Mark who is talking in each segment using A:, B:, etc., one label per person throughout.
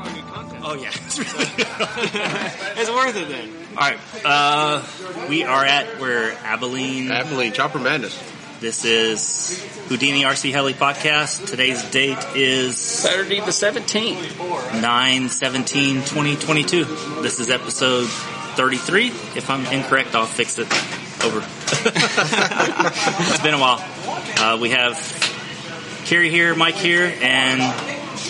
A: Oh yeah, it's really it's worth it then.
B: All right, uh, we are at we're Abilene.
C: Abilene, Chopper Madness.
B: This is Houdini RC Heli podcast. Today's date is
A: Saturday the seventeenth.
B: 9 17 2022. This is episode 33. If I'm incorrect, I'll fix it. Over. it's been a while. Uh, we have Kerry here, Mike here, and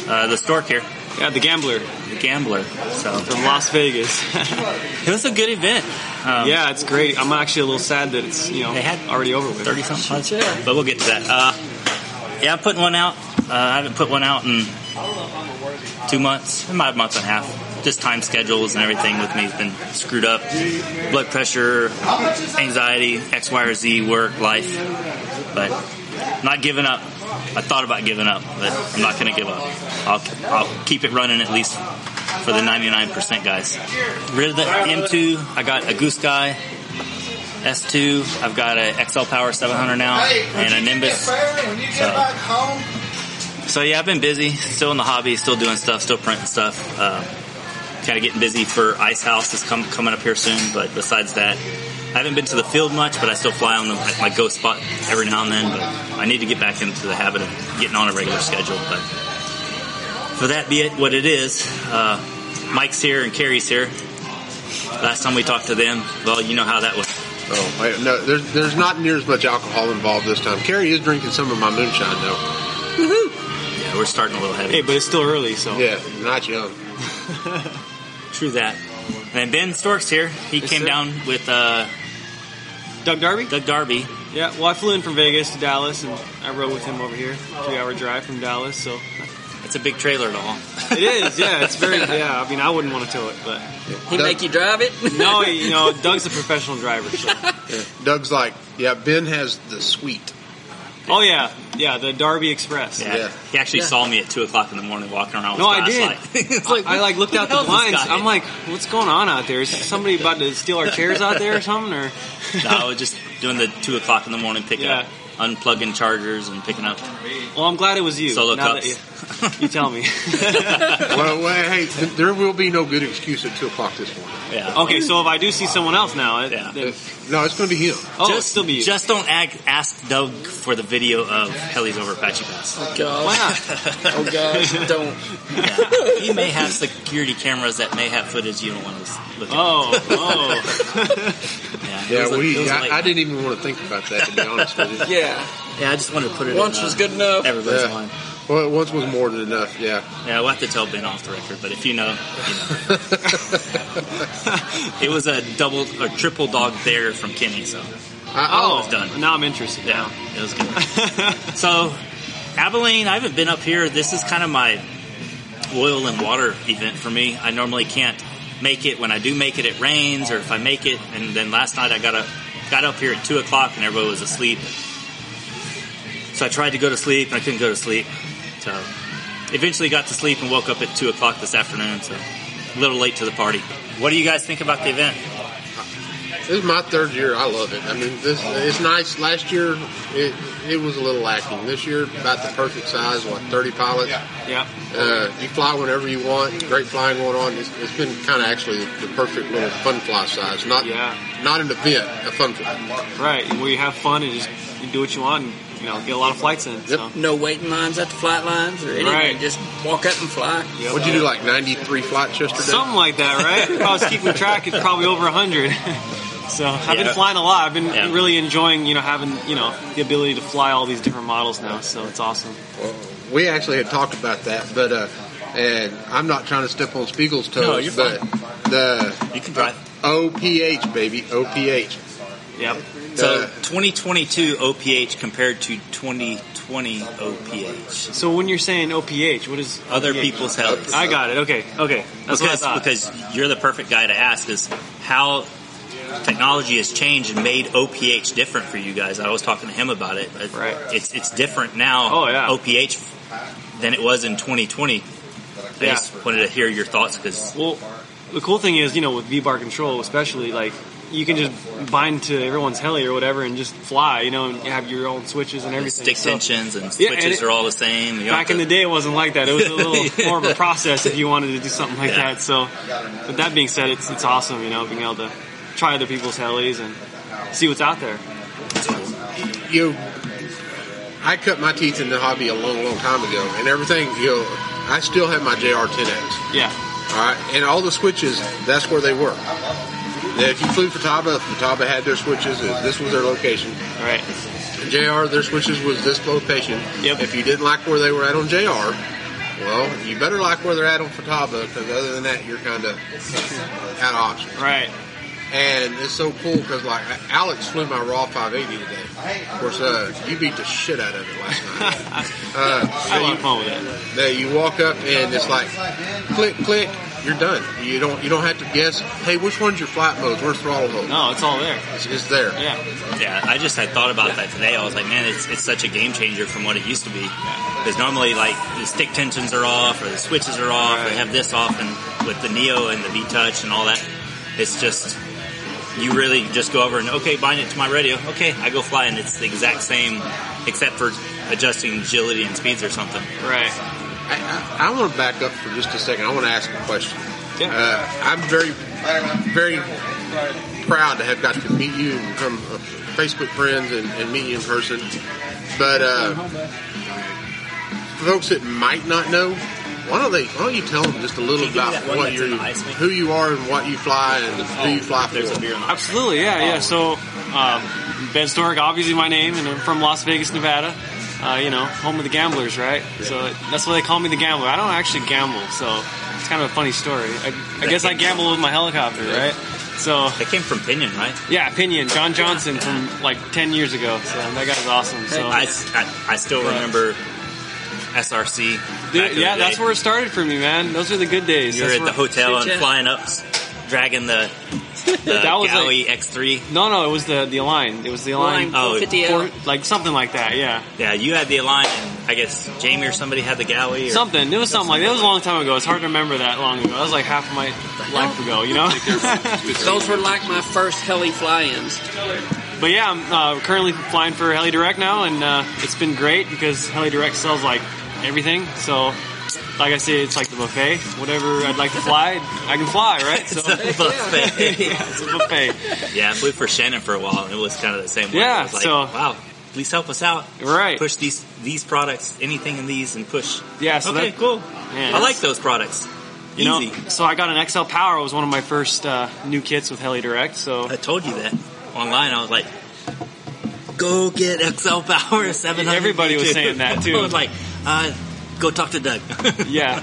B: uh, the stork here,
A: Yeah, the gambler
B: the gambler. So
A: from Las Vegas.
B: it was a good event. Um,
A: yeah, it's great. I'm actually a little sad that it's you know
B: They had
A: already over with.
B: 30 something but we'll get to that uh, yeah i'm putting one out uh, i haven't put one out in two months my month and a half just time schedules and everything with me has been screwed up blood pressure anxiety x y or z work life but not giving up i thought about giving up but i'm not going to give up I'll, I'll keep it running at least for the 99% guys rid of the m2 i got a goose guy S2. I've got a XL Power 700 now and a Nimbus.
D: When you
B: So-
D: get back home,
B: So yeah, I've been busy. Still in the hobby. Still doing stuff. Still printing stuff. Uh, kind of getting busy for Ice House is come, coming up here soon. But besides that, I haven't been to the field much. But I still fly on the, like, my ghost spot every now and then. But I need to get back into the habit of getting on a regular schedule. But for that be it what it is. Uh, Mike's here and Carrie's here. Last time we talked to them, well, you know how that was.
C: Oh, I, no, there's there's not near as much alcohol involved this time. Carrie is drinking some of my moonshine though.
B: Yeah, we're starting a little heavy.
A: Hey, but it's still early, so
C: Yeah, not young.
B: True that. And then Ben Stork's here. He
A: Yes,
B: came
A: sir.
B: down with uh,
A: Doug Darby.
B: Doug Darby.
A: Yeah, well, I flew in from Vegas to Dallas, and I rode with him over here, three hour drive from Dallas. So
B: It's a big trailer to haul.
A: it is, yeah, it's very, yeah. I mean, I wouldn't want to tow it, but
E: He
C: Doug-
E: make you drive it?
A: no, you know, Doug's a professional driver. So.
C: Yeah. Doug's like, yeah, Ben has the sweet.
A: Oh yeah, yeah, the Darby Express.
B: Yeah.
C: Yeah.
B: He actually
E: Yeah.
B: saw me at two o'clock in the morning walking around with
A: No, I
B: flashlight. it's like
A: I like looked
B: who
A: out the
B: hell's this
A: blinds.
B: guy?
A: I'm like, what's going on out there? Is somebody about to steal our chairs out there or something? Or
B: No, I was just doing the two o'clock in the morning picking
A: Yeah.
B: up, unplugging chargers and picking up
A: well, I'm glad it was you.
B: solo
A: now
B: cups.
A: that You, you tell me.
C: well, well, hey, th- there will be no good excuse at two o'clock this morning.
B: yeah.
A: Okay, so if I do see someone else now, it,
B: Yeah.
A: then,
C: No, it's going to be him.
A: oh, it'll
B: just,
A: still be you.
B: just don't ag- ask Doug for the video of Helly's over Apache Pass.
A: Why
E: God.
A: not?
E: Oh gosh, don't.
B: Yeah. he may have security cameras that may have footage you don't want to look at.
A: Oh, oh,
B: Yeah, it
C: Yeah,
B: was a- it was
C: we.
B: a late
C: I, I
B: night.
C: didn't even want to think about that to be honest with you.
E: Yeah.
B: Yeah, I just wanted to put it
E: Once
B: in, uh,
E: was good enough.
B: Everybody's
C: Yeah.
B: mind.
C: Well, once was more than enough. Yeah.
B: Yeah, we'll have to tell Ben off the record, but if you know, you know. it was a double or triple dog there from Kenny, so
C: I,
A: oh.
B: done.
A: Now I'm interested.
B: yeah, it was good. so, Abilene, I haven't been up here. This is kind of my oil and water event for me. I normally can't make it. When I do make it, it rains, or if I make it, and then last night I got up, got up here at two o'clock and everybody was asleep. So I tried to go to sleep and I couldn't go to sleep. So eventually got to sleep and woke up at two o'clock this afternoon. So a little late to the party. What do you guys think about the event?
C: this is my third year. I love it. I mean, this it's nice. Last year, it it was a little lacking. This year, about the perfect size. What thirty pilots?
A: Yeah.
C: Uh, you fly whenever you want. Great flying going on. It's, it's been kind of actually the perfect little fun fly size. Not
A: Yeah.
C: not an event, a fun fly.
A: Right. Where you have fun and just you do what you want and you know get a lot of flights in. So.
E: No waiting lines at the flight lines or anything.
A: Right.
E: Just walk up and fly.
C: What'd you do? Like ninety three flights yesterday?
A: Something like that, right? if I was keeping track, it's probably over 100. So I've
B: Yeah.
A: been flying a lot. I've been
B: Yeah.
A: really enjoying, you know, having, you know, the ability to fly all these different models now. So it's awesome.
C: We actually had talked about that, but uh, and I'm not trying to step on Spiegel's toes,
B: No, you're
C: but the
B: You can drive.
C: OPH baby, OPH.
A: Yep.
B: So
C: Uh,
B: 2022 OPH compared to 2020 OPH.
A: So when you're saying OPH, what is
B: Other
A: OPH?
B: people's helis.
A: I got it. Okay. Okay. That's
B: because
A: what I thought.
B: because you're the perfect guy to ask is how technology has changed and made OPH different for you guys. I was talking to him about it. but
A: Right.
B: It's it's different now.
A: Oh, yeah.
B: OPH than it was in 2020. I
A: Yeah.
B: just wanted to hear your thoughts because
A: Well, the cool thing is, you know, with V-Bar control, especially like you can just bind to everyone's heli or whatever and just fly, you know, and you have your own switches and everything.
B: Stick
A: So,
B: tensions and
A: Yeah, and
B: switches
A: it-
B: are all the same. You don't
A: Back in
B: have
A: the
B: to-
A: day, it wasn't like that. It was a little more of a process if you wanted to do something like
B: Yeah.
A: that. So, but that being said, it's it's awesome, you know, being able to try other people's helis and see what's out there.
C: you know, I cut my teeth in the hobby a long, long time ago, and everything, you know, I still have my JR10X.
A: Yeah,
C: All right, and all the switches, that's where they were. Now, if you flew Futaba, Futaba had their switches, and this was their location.
A: all right.
C: JR, their switches was this location.
A: Yep.
C: If you didn't like where they were at on JR, well, you better like where they're at on Futaba, because other than that, you're kind of out of options.
A: Right.
C: And it's so cool because like Alex flew my raw 580 today. Of course, uh, you beat the shit out of it last night. Uh,
A: I
C: so
A: love
C: you,
A: fun with it.
C: that you walk up and it's like click, click, you're done. You don't you don't have to guess. Hey, which one's your flight modes? Where's throttle hold?
A: No, it's all there.
C: It's, it's there.
A: Yeah.
B: Yeah, I just had thought about that today. I was like, man, it's, it's such a game changer from what it used to be. Because normally, like, the stick tensions are off, or the switches are off, or
A: Right.
B: they have this off, and with the Neo and the V Touch and all that, it's just, you really just go over and, okay, bind it to my radio. Okay, I go fly, and it's the exact same, except for adjusting agility and speeds or something.
A: Right.
C: I, I, I want to back up for just a second. I want to ask a question.
A: Yeah.
C: Uh, I'm very, very proud to have got to meet you and become uh, Facebook friends and, and meet you in person. But uh, for folks that might not know, why don't they? Why don't you tell them just a little
B: Can you give me
C: about
B: that one
C: what
B: that's
C: you,
B: in the ice, man?
C: who you are, and what you fly, and who you fly for?
B: There's a beer in the
A: Absolutely, yeah, yeah. So, um, Ben Stork, obviously my name, and I'm from Las Vegas, Nevada. Uh, you know, home of the gamblers, right? So that's why they call me the gambler. I don't actually gamble, so it's kind of a funny story. I, I guess I gamble with my helicopter, right? So,
B: That came from Pinion, right?
A: yeah, opinion, John Johnson from like 10 years ago. So that guy's awesome. So
B: I, I, I still remember SRC. back in
A: Dude,
B: the
A: yeah,
B: day.
A: that's where it started for me, man. Those are the good days.
B: You're
A: That's
B: at the
A: where-
B: hotel
E: Shit,
B: and
E: yeah.
B: flying up, dragging the, the
A: That was
B: galley X3.
A: No, no, it was the the line. It was the line.
B: Oh,
A: Or, like something like that, yeah.
B: Yeah, you had the line, and I guess Jamie or somebody had the galley. Or,
A: Something. It was something like that. It was a long time ago. It's hard to remember that long ago. That was like half of my life ago, you know?
E: Those were like my first heli fly-ins.
A: but yeah, I'm uh, currently flying for Heli Direct now, and uh, it's been great because Heli Direct sells like everything. So, like I say, it's like the buffet. Whatever I'd like to fly, I can fly, right?
B: It's
A: So,
B: a buffet.
A: yeah, it's a buffet.
B: yeah, I flew for Shannon for a while, and it was kind of the same way.
A: Yeah,
B: It was like,
A: so-
B: wow, please help us out.
A: Right.
B: Push these these products, anything in these, and push.
A: Yeah, so
B: okay,
A: that-
B: cool.
A: Yeah,
B: I like
A: that's-
B: those products.
A: You
B: Easy.
A: know, so I got an XL Power. It was one of my first uh, new kits with Heli Direct. So,
B: I told you that online. I was like, go get XL Power 700.
A: Everybody was saying that, too.
B: I was like, uh, go talk to Doug.
A: yeah,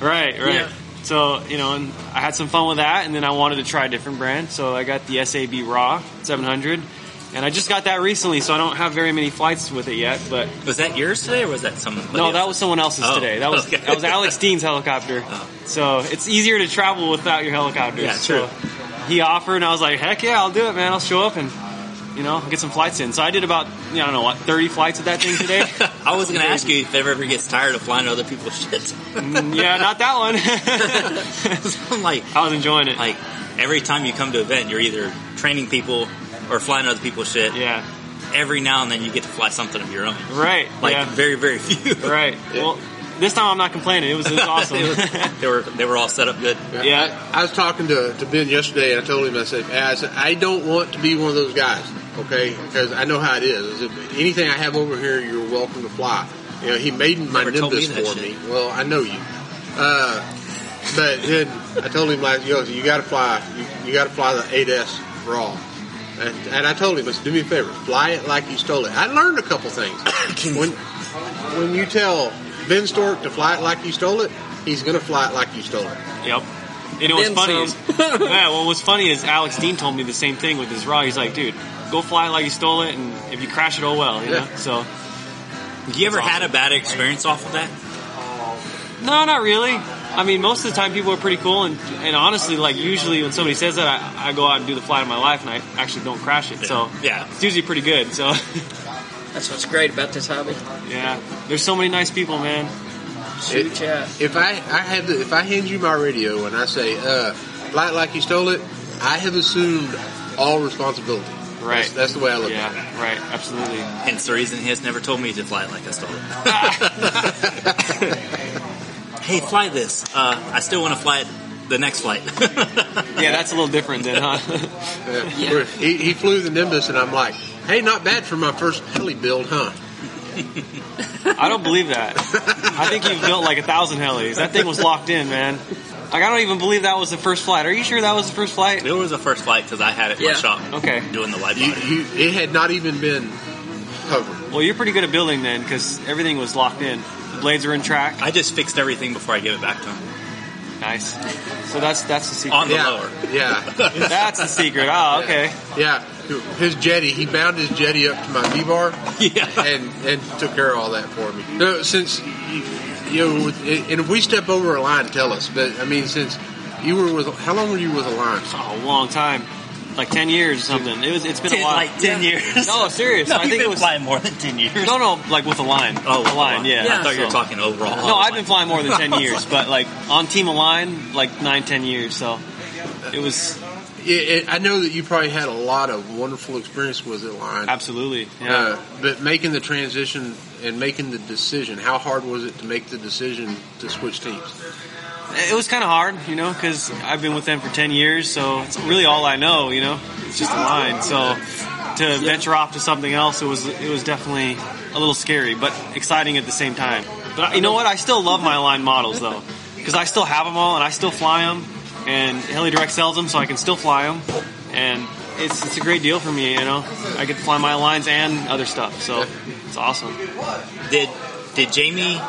A: right, right.
B: Yeah.
A: So you know, and I had some fun with that, and then I wanted to try a different brand, so I got the Sab Raw 700, and I just got that recently, so I don't have very many flights with it yet. But
B: Was that yours today, or was that someone?
A: no, that was someone else's
B: Oh,
A: today. That was
B: okay.
A: that was Alex Dean's helicopter.
B: Oh.
A: So it's easier to travel without your helicopter.
B: Yeah,
A: So
B: true.
A: he offered, and I was like, heck yeah, I'll do it, man. I'll show up and. You know, get some flights in. So I did about, you know, I don't know what, 30 flights with that thing today.
B: I was going to ask you if ever ever gets tired of flying other people's shit.
A: Mm, yeah, not that one.
B: I'm like,
A: I was enjoying it.
B: like every time you come to an event, you're either training people or flying other people's shit.
A: Yeah,
B: Every now and then, you get to fly something of your own.
A: right.
B: Like
A: yeah.
B: very, very few.
A: Right. Well, this time I'm not complaining. It was, it was awesome.
B: It was- they were they were all set up good.
A: Yeah.
C: I, I was talking to, to Ben yesterday, and I told him, I said, I said, I don't want to be one of those guys, okay? Because I know how it is. If anything I have over here, you're welcome to fly. You know, he made my
B: Never told me
C: Nimbus
B: that
C: for me.
B: shit.
C: Well, I know you. Uh, but then I told him, like, yo, you got to fly. You, you got to fly the 8S raw. And, and I told him, I said, do me a favor, fly it like you stole it. I learned a couple things. when, when you tell Ben Stork to fly it like you stole it, he's going to fly it like you stole it.
A: Yep. You know what's
E: Then
A: funny is,
E: some.
A: yeah, well, what's funny is Alex Dean told me the same thing with his raw. He's like, dude, go fly like you stole it, and if you crash it, oh well, you
C: Yeah.
A: know. So,
B: You ever had a bad experience off of that?
A: no, not really. I mean, most of the time people are pretty cool, and and honestly, like usually when somebody says that, I, I go out and do the flight of my life, and I actually don't crash it. So
B: Yeah.
A: it's usually pretty good. So
E: That's what's great about this hobby.
A: yeah, there's so many nice people, man.
E: Shoot yeah.
C: If I, I had to, if I hand you my radio and I say, uh, light like you stole it, I have assumed all responsibility.
A: Right.
C: That's, that's the way I look at it.
A: yeah, right, absolutely.
B: Hence the reason he has never told me to fly it like I stole it. hey, fly this. Uh, I still want to fly it the next flight.
A: Yeah, that's a little different then, huh?
C: Yeah.
E: Yeah.
C: Where He, he flew the Nimbus, and I'm like, hey, not bad for my first heli build, huh?
A: I don't believe that. I think you've built like a thousand helis. That thing was locked in, man. Like I don't even believe that was the first flight. Are you sure that was the first flight?
B: it was the first flight because I had it in
E: Yeah.
B: my shop
A: Okay.
B: doing the wide
C: You,
B: body.
C: you, it had not even been covered.
A: Well, you're pretty good at building then, because everything was locked in. The blades are in track.
B: I just fixed everything before I gave it back to him
A: Nice. So that's that's the secret.
B: on the
C: yeah,
B: lower.
C: yeah,
A: That's the secret. Oh, okay.
C: yeah. His jetty, he bound his jetty up to my V bar
B: Yeah.
C: and and took care of all that for me. No, since you, you know, with- and if we step over a line, tell us. But I mean, since you were with, how long were you with a line?
A: Oh, a long time, like ten years or something. It was. It's been a
B: Ten,
A: while.
B: like ten years.
A: No, serious.
B: No,
A: I
B: you've
A: think
B: been
A: it was.
B: flying more than ten years.
A: No, no, like with a line.
B: Oh,
A: a line. Yeah.
B: I thought you were
A: So-
B: talking overall.
A: No, I've been flying more than ten years, but like on team a line, like nine, ten years. So it was
C: It, it, I know that you probably had a lot of wonderful experience with a line.
A: absolutely. Yeah.
C: Uh, but making the transition and making the decision, how hard was it to make the decision to switch teams?
A: It was kind of hard, you know, because I've been with them for 10 years, so it's really all I know, you know. It's just a line. So to venture off to something else, it was it was definitely a little scary, but exciting at the same time. But you know what? I still love my line models though, because I still have them all and I still fly them, and HeliDirect sells them, so I can still fly them, and it's it's a great deal for me, you know. I get to fly my lines and other stuff, so it's awesome.
B: Did Did Jamie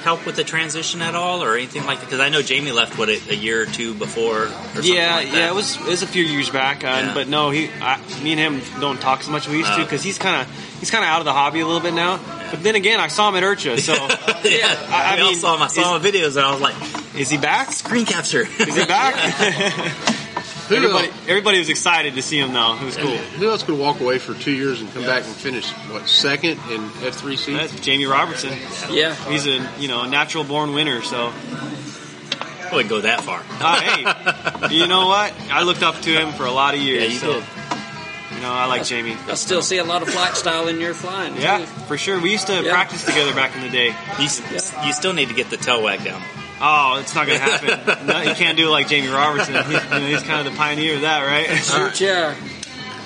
B: help with the transition at all, or anything like that? Because I know Jamie left what a, a year or two before. Or something
A: yeah,
B: like that.
A: yeah, it was it was a few years back, uh,
B: Yeah.
A: but no, he, I, me and him don't talk as much as we used to
B: Oh.
A: because he's kind of he's kind of out of the hobby a little bit now. But then again, I saw him at Urcha, so
B: yeah,
A: I- I
B: I, we all
A: mean,
B: saw him. I saw him videos, and I was like,
A: is he back? Is
B: "Screen capture."
A: he back?
C: Who
A: everybody,
C: else,
A: everybody was excited to see him though. It was cool.
C: who else could walk away for two years and come back and finish what second in F three C?
A: That's Jamie Robertson.
E: Yeah.
A: He's a you know a natural born winner. So
B: I wouldn't go that far.
A: uh, hey, you know what? I looked up to him for a lot of years.
B: Yeah, you
A: so,
B: did.
A: you know I like Jamie.
E: I still see a lot of flight style in your flying. too.
A: Yeah, for sure. We used to
E: Yeah.
A: practice together back in the day.
B: You, s- you still need to get the tail wag down.
A: Oh, it's not gonna happen. no, you can't do it like Jamie Robertson. He- you know, he's kind of the pioneer of that, right?
E: Sure, yeah.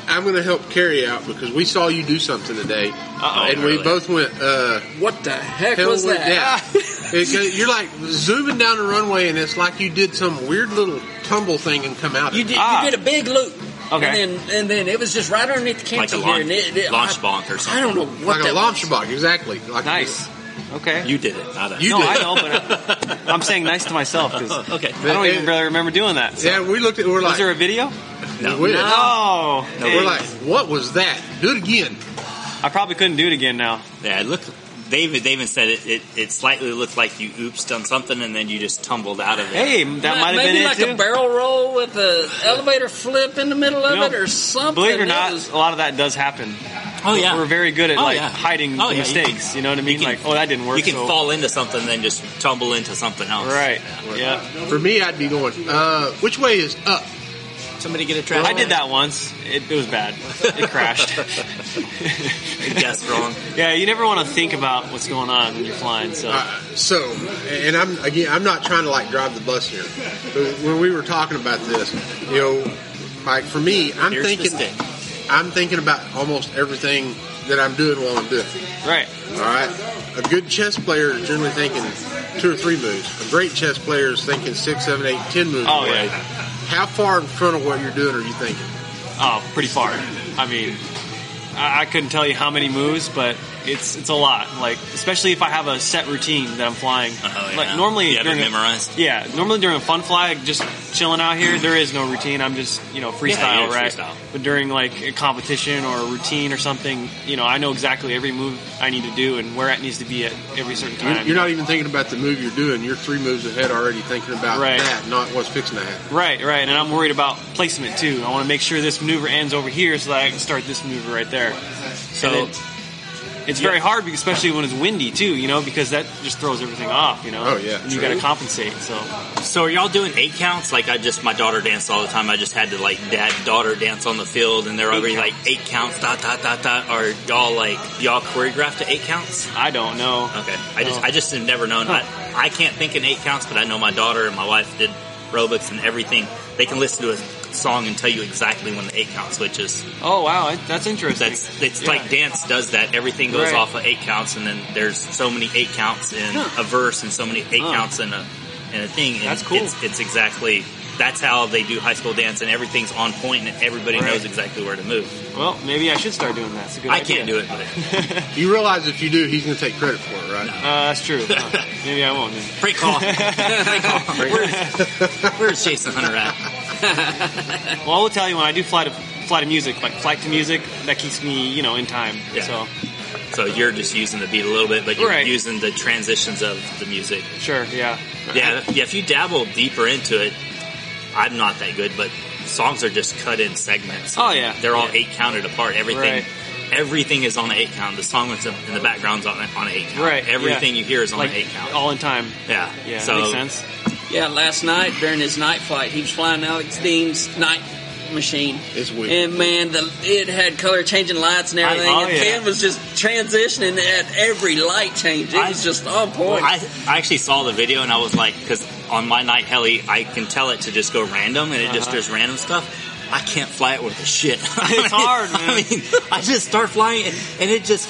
C: I'm going to help carry out because we saw you do something today,
A: Uh-oh.
C: and we
B: really?
C: both went. uh
E: What the heck
C: hell
E: was
C: with
E: that?
C: Because you're like zooming down the runway, and it's like you did some weird little tumble thing and come out.
E: You did,
A: Ah.
E: you did a big loop.
A: Okay.
E: And then, and then it was just right underneath the
B: Like
E: canopy
B: a
E: here.
B: launch,
E: And it, it,
B: launch
E: I,
B: bonk or
E: I
B: something.
E: don't know what
C: like a
E: that
C: launch
E: was.
C: box, exactly. Like
A: nice. Okay.
B: You did it, not us.
C: You
A: no,
C: did.
A: I know, but I, I'm saying nice to myself because I
B: Oh, okay.
A: don't even really remember doing that. So.
C: Yeah, we looked at. We're
A: Was
C: like,
A: there a video?
B: No.
C: we-
A: No.
B: No,
C: we're
B: it-
C: like, what was that? Do it again.
A: I probably couldn't do it again now.
B: Yeah, it looked. David, David said it, it. It slightly looked like you oopsed on something, and then you just tumbled out of it.
A: Hey, that might have
E: Maybe
A: been it
E: like
A: too.
E: a barrel roll with a elevator flip in the middle of
A: You know,
E: it or something.
A: Believe it or
E: It
A: not,
E: was-
A: a lot of that does happen.
B: oh yeah,
A: We're very good at
B: Oh,
A: like
B: yeah.
A: hiding
B: Oh, yeah, you
A: mistakes. You, know what I mean?
B: can-
A: like, oh, that didn't work.
B: you can
A: so-
B: fall into something, and then just tumble into something else.
A: Right. Yeah.
C: For me, I'd be going. Uh, which way is up?
B: Somebody get a trash.
A: I did that once. It, it was bad. It crashed.
B: Guess wrong.
A: Yeah, you never want to think about what's going on when you're flying. So
C: Uh, so, and I'm again, I'm not trying to like drive the bus here. But when we were talking about this, you know, like for me, I'm
B: Here's the
C: thinking,
B: stick.
C: I'm thinking about almost everything that I'm doing while I'm doing. it.
A: right,
C: All right, a good chess player is generally thinking two or three moves. A great chess player is thinking six, seven, eight, ten moves.
A: Oh,
C: away.
A: yeah.
C: How far in front of what you're doing are you thinking?
A: oh, pretty far. I mean, I, I couldn't tell you how many moves, but it's it's a lot. Like especially if I have a set routine that I'm flying.
B: Oh, yeah.
A: Like normally
B: you have it
A: during a,
B: memorized.
A: yeah, normally during a fun fly, just chilling out here, there is no routine. I'm just you know freestyle,
B: you're
A: right?
B: freestyle.
A: But during like a competition or a routine or something, you know, I know exactly every move I need to do and where it needs to be at every certain
C: You're,
A: time.
C: you're not even thinking about the move you're doing. You're three moves ahead already thinking about
A: Right.
C: that, not what's fixing to happen.
A: Right, right, and I'm worried about placement too. I want to make sure this maneuver ends over here so that I can start this maneuver right there.
B: So,
A: And It's very hard, especially when it's windy too. You know, because that just throws everything off. You know.
C: Oh, yeah,
A: And you
C: true.
A: got to compensate. So
B: So are y'all doing eight counts? Like I just my daughter danced all the time. I just had to like dad daughter dance on the field, and they're already like eight counts. Dot dot dot dot. Are y'all like y'all choreographed to eight counts?
A: I don't know.
B: Okay, I just
A: No.
B: I just have never known. I I can't think in eight counts, but I know my daughter and my wife did aerobics and everything. They can listen to a song and tell you exactly when the eight count switches.
A: Oh wow, I- that's interesting.
B: That's it's
A: Yeah.
B: like dance does that. Everything goes
A: Right.
B: off of eight counts, and then there's so many eight counts in
A: Huh.
B: a verse, and so many eight
A: Huh.
B: counts in a in a thing. And
A: That's cool.
B: It's, it's exactly that's how they do high school dance, and everything's on point, and everybody
A: Right.
B: knows exactly where to move.
A: Well, maybe I should start doing that. It's a good
B: I can't do it, but
C: You realize if you do, he's going to take credit for it, right?
A: Uh, that's true. Huh. Maybe I won't. Then.
B: free call. Free call. Where's, where's Jason Hunter at?
A: Well, I will tell you when I do fly to fly to music, like flight to music, that keeps me, you know, in time.
B: Yeah.
A: So
B: So you're just using the beat a little bit, but you're
A: Right.
B: using the transitions of the music.
A: sure, yeah.
B: Yeah, yeah. If you dabble deeper into it, I'm not that good, but songs are just cut in segments.
A: Oh, yeah.
B: they're all
A: Yeah.
B: eight counted apart. Everything,
A: Right.
B: everything is on an eight count. The song that's in the background's on on an eight count.
A: Right,
B: Everything
A: yeah.
B: you hear is on
A: Like
B: an eight count.
A: all in time.
B: yeah.
A: Yeah,
B: So
A: makes sense.
E: Yeah, last night during his night flight, he was flying Alex Dean's night machine.
C: It's weird.
E: And man, the it had color changing lights and everything.
A: oh,
E: and
A: yeah.
E: Ken was just transitioning at every light change. It
B: I-
E: was just on point.
B: I, I actually saw the video and I was like, because on my night heli, I can tell it to just go random and it just
A: Uh-huh.
B: does random stuff. I can't fly it worth a shit.
A: It's hard,
B: I
A: man.
B: mean, I just start flying and, and it just,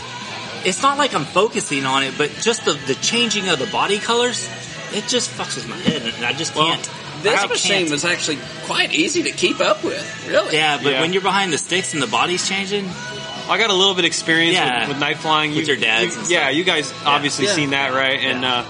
B: it's not like I'm focusing on it, but just the, the changing of the body colors, it just fucks with my head and I just
A: Well,
B: can't. I
E: this
B: can't.
E: machine was actually quite easy to keep up with, really.
B: Yeah, but
A: Yeah.
B: when you're behind the sticks and the body's changing,
A: I got a little bit of experience
B: Yeah.
A: with, with night flying.
B: With your dads
A: you-
B: and
A: yeah,
B: stuff.
A: you guys obviously
E: Yeah.
A: seen that, right? And
B: Yeah.
A: uh,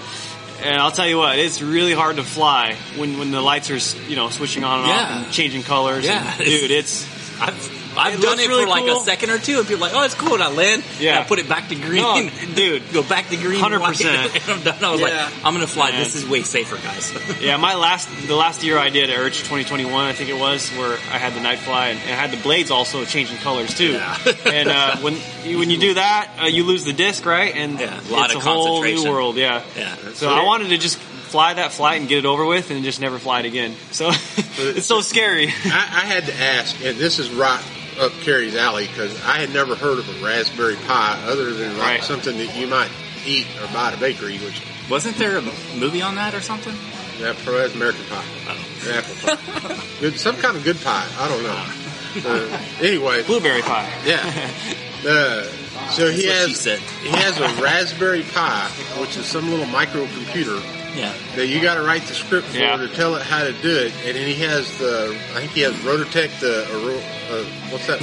A: and I'll tell you what, it's really hard to fly when when the lights are s- you know switching on and
B: Yeah.
A: off and changing colors.
B: Yeah.
A: And, dude, it's
B: I've, I've
A: It
B: done
A: looks
B: it
A: really
B: for like
A: cool.
B: a second or two, and people are like, "Oh, it's cool." And I land,
A: Yeah.
B: and I put it back to green,
A: No,
B: dude. Go back to green,
A: 100%.
B: white, And I'm done. I was
E: Yeah.
B: like, "I'm gonna fly. This
A: Man.
B: is way safer, guys."
A: Yeah, my last the last year I did Urge 2021, I think it was, where I had the night fly and, and I had the blades also changing colors too.
B: Yeah.
A: and uh, when you, when you do that, uh, you lose the disc, right? And
B: Yeah, a lot
A: it's
B: of
A: a whole new
B: concentration.
A: world. Yeah.
B: yeah.
A: So I wanted to just fly that flight and get it over with, and just never fly it again. So it's so scary.
C: I, I had to ask, and this is right up Carrie's alley because I had never heard of a raspberry pie other than like
A: Right.
C: something that you might eat or buy at a bakery, which
B: Wasn't there a movie on that or something?
C: that pro that's American pie, An apple pie, good, some kind of good pie. I don't know. Uh, anyway,
A: Blueberry pie.
C: yeah. Uh, so he
B: That's what she
C: has
B: said.
C: he has a Raspberry Pi, which is some little microcomputer
B: Yeah.
C: that you got to write the script for
A: Yeah.
C: to tell it how to do it, and then he has the I think he has Rototech the Auro- uh, what's that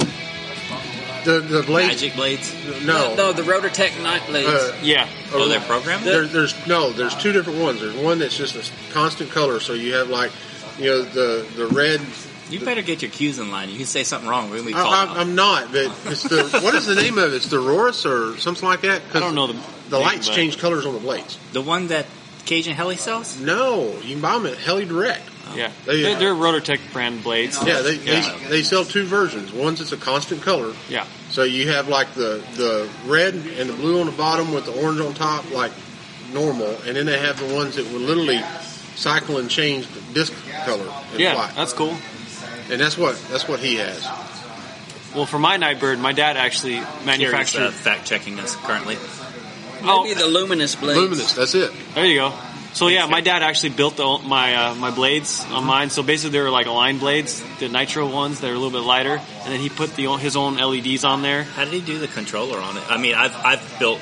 C: the the blade
B: Magic Oh, blades.
C: no,
E: No, the Rototech night leads.
C: Uh,
A: Yeah.
B: Oh, they're programmed.
C: there, there's no there's two different ones there's one that's just a s- constant color so you have like you know the the red
B: You better get your cues in line. You can say something wrong, we're gonna be
C: I,
B: called
C: I,
B: out.
C: I'm not but it's the what is the name of it it's the Roris or something like that 'Cause
A: I don't know the
C: the
A: name,
C: lights
A: but-
C: change colors on the blades
B: the one that Cajun Heli sells.
C: no you can buy them at Heli Direct
A: Yeah.
C: They-
A: They're, they're Rototech brand blades.
C: yeah they,
A: Oh, Yeah.
C: they they sell two versions one's it's a constant color
A: Yeah.
C: So you have like the the red and the blue on the bottom with the orange on top, like normal, and then they have the ones that will literally cycle and change the disc color and
A: Yeah.
C: fly.
A: That's cool.
C: and that's what that's what he has.
A: Well, for my night bird, my dad actually
B: Carrie's, uh,
A: manufactured.
B: fact checking us currently.
A: Oh,
E: Maybe the luminous blades.
C: Luminous, that's it.
A: There you go. So yeah, my dad actually built the, my uh, my blades on mine. So basically, they were like line blades, the nitro ones. They're a little bit lighter, and then he put the his own LEDs on there.
B: How did he do the controller on it? I mean, I've I've built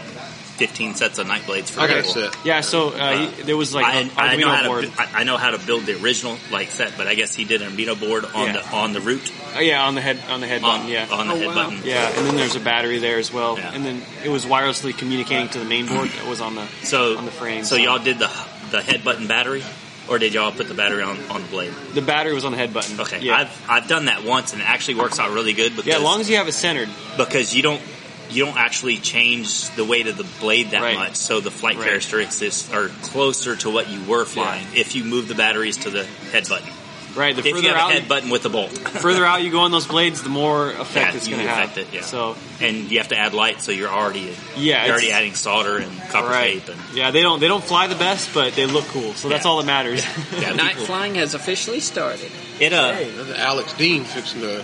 B: 15 sets of night blades for
C: I got a
B: people.
C: set.
A: Yeah. So uh, he, there was like
B: I,
A: an
B: I know
A: Arduino
B: how
A: board.
B: to, I I know how to build the original like set, but I guess he did an Amino board on
A: Yeah.
B: the on the root
A: Oh, yeah, on the head on the head
B: on,
A: button. Yeah.
B: on the
E: Oh,
B: head
E: wow.
B: button.
A: yeah, and then there's a battery there as well,
B: Yeah.
A: and then it was wirelessly communicating to the main board that was on the
B: So
A: on the frame.
B: so y'all did the the head button battery, or did y'all put the battery on on the blade?
A: the battery was on the head button.
B: Okay,
A: yeah,
B: I've I've done that once and it actually works out really good because
A: yeah, as long as you have it centered,
B: because you don't you don't actually change the weight of the blade that
A: Right.
B: much, so the flight
A: Right.
B: characteristics are closer to what you were flying if you move the batteries to the head button.
A: Right, the
B: if
A: further
B: you have
A: out
B: a
A: you-
B: head button with the bolt,
A: further out you go on those blades, the more effect
B: Yeah,
A: it's
B: you
A: going to have.
B: affect it, yeah.
A: So
B: and you have to add light, so you're already
A: Yeah,
B: you're already
A: it's-
B: adding solder and copper
A: right,
B: tape and
A: yeah, they don't they don't fly the best, but they look cool. So that's
B: Yeah.
A: all that matters.
B: yeah,
E: Night
B: people-
E: flying has officially started.
B: it uh
C: Hey, that's Alex Dean fixing the.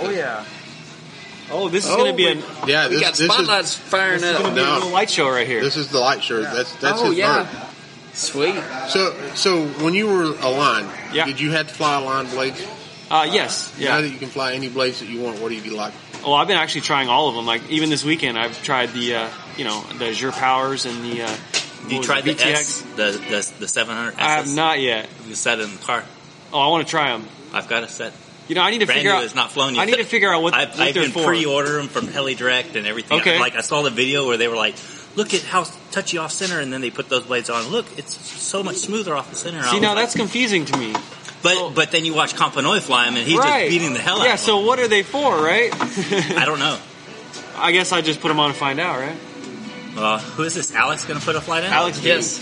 A: oh yeah. Oh, this is
E: Oh,
A: going to be
E: we-
A: an
C: Yeah,
E: We
C: this,
E: got
C: this is
E: spotlights firing
A: It's gonna
E: up.
A: be a
C: No.
A: little light show right here.
C: this is the light shirt. That's that's
E: oh
C: his
E: yeah,
C: bird.
E: sweet.
C: So so when you were a line,
A: Yeah.
C: did you have to fly line blades?
A: uh, yes,
C: Now
A: yeah.
C: that you can fly any blades that you want, what do you like?
A: Well, I've been actually trying all of them. Like even this weekend, I've tried the uh, you know the Azure Powers and the. Uh, what
B: you
A: was
B: tried
A: it,
B: the
A: VTX.
B: S the the, the 700
A: I have not yet.
B: you set it in the car
A: Oh, I want to try them.
B: I've got a set
A: You know, I need to
B: brand
A: figure
B: new
A: out.
B: it's not flown yet
A: I need to figure out what,
B: I've,
A: what
B: I've
A: they're
B: been
A: for.
B: pre-order them from HeliDirect and everything
A: Okay.
B: like I saw the video where they were like look at how touchy off center and then they put those blades on look it's so much smoother off the center I
A: See,
B: was
A: now
B: like,
A: that's confusing to me.
B: But but then you watch Companoy fly him, and he's
A: right.
B: just beating the hell out.
A: Yeah.
B: of
A: So what are they for, right?
B: him. I don't know.
A: I guess I just put them on to find out, right?
B: Uh, who is this? Alex going to put a flight in?
A: Alex,
E: Yes.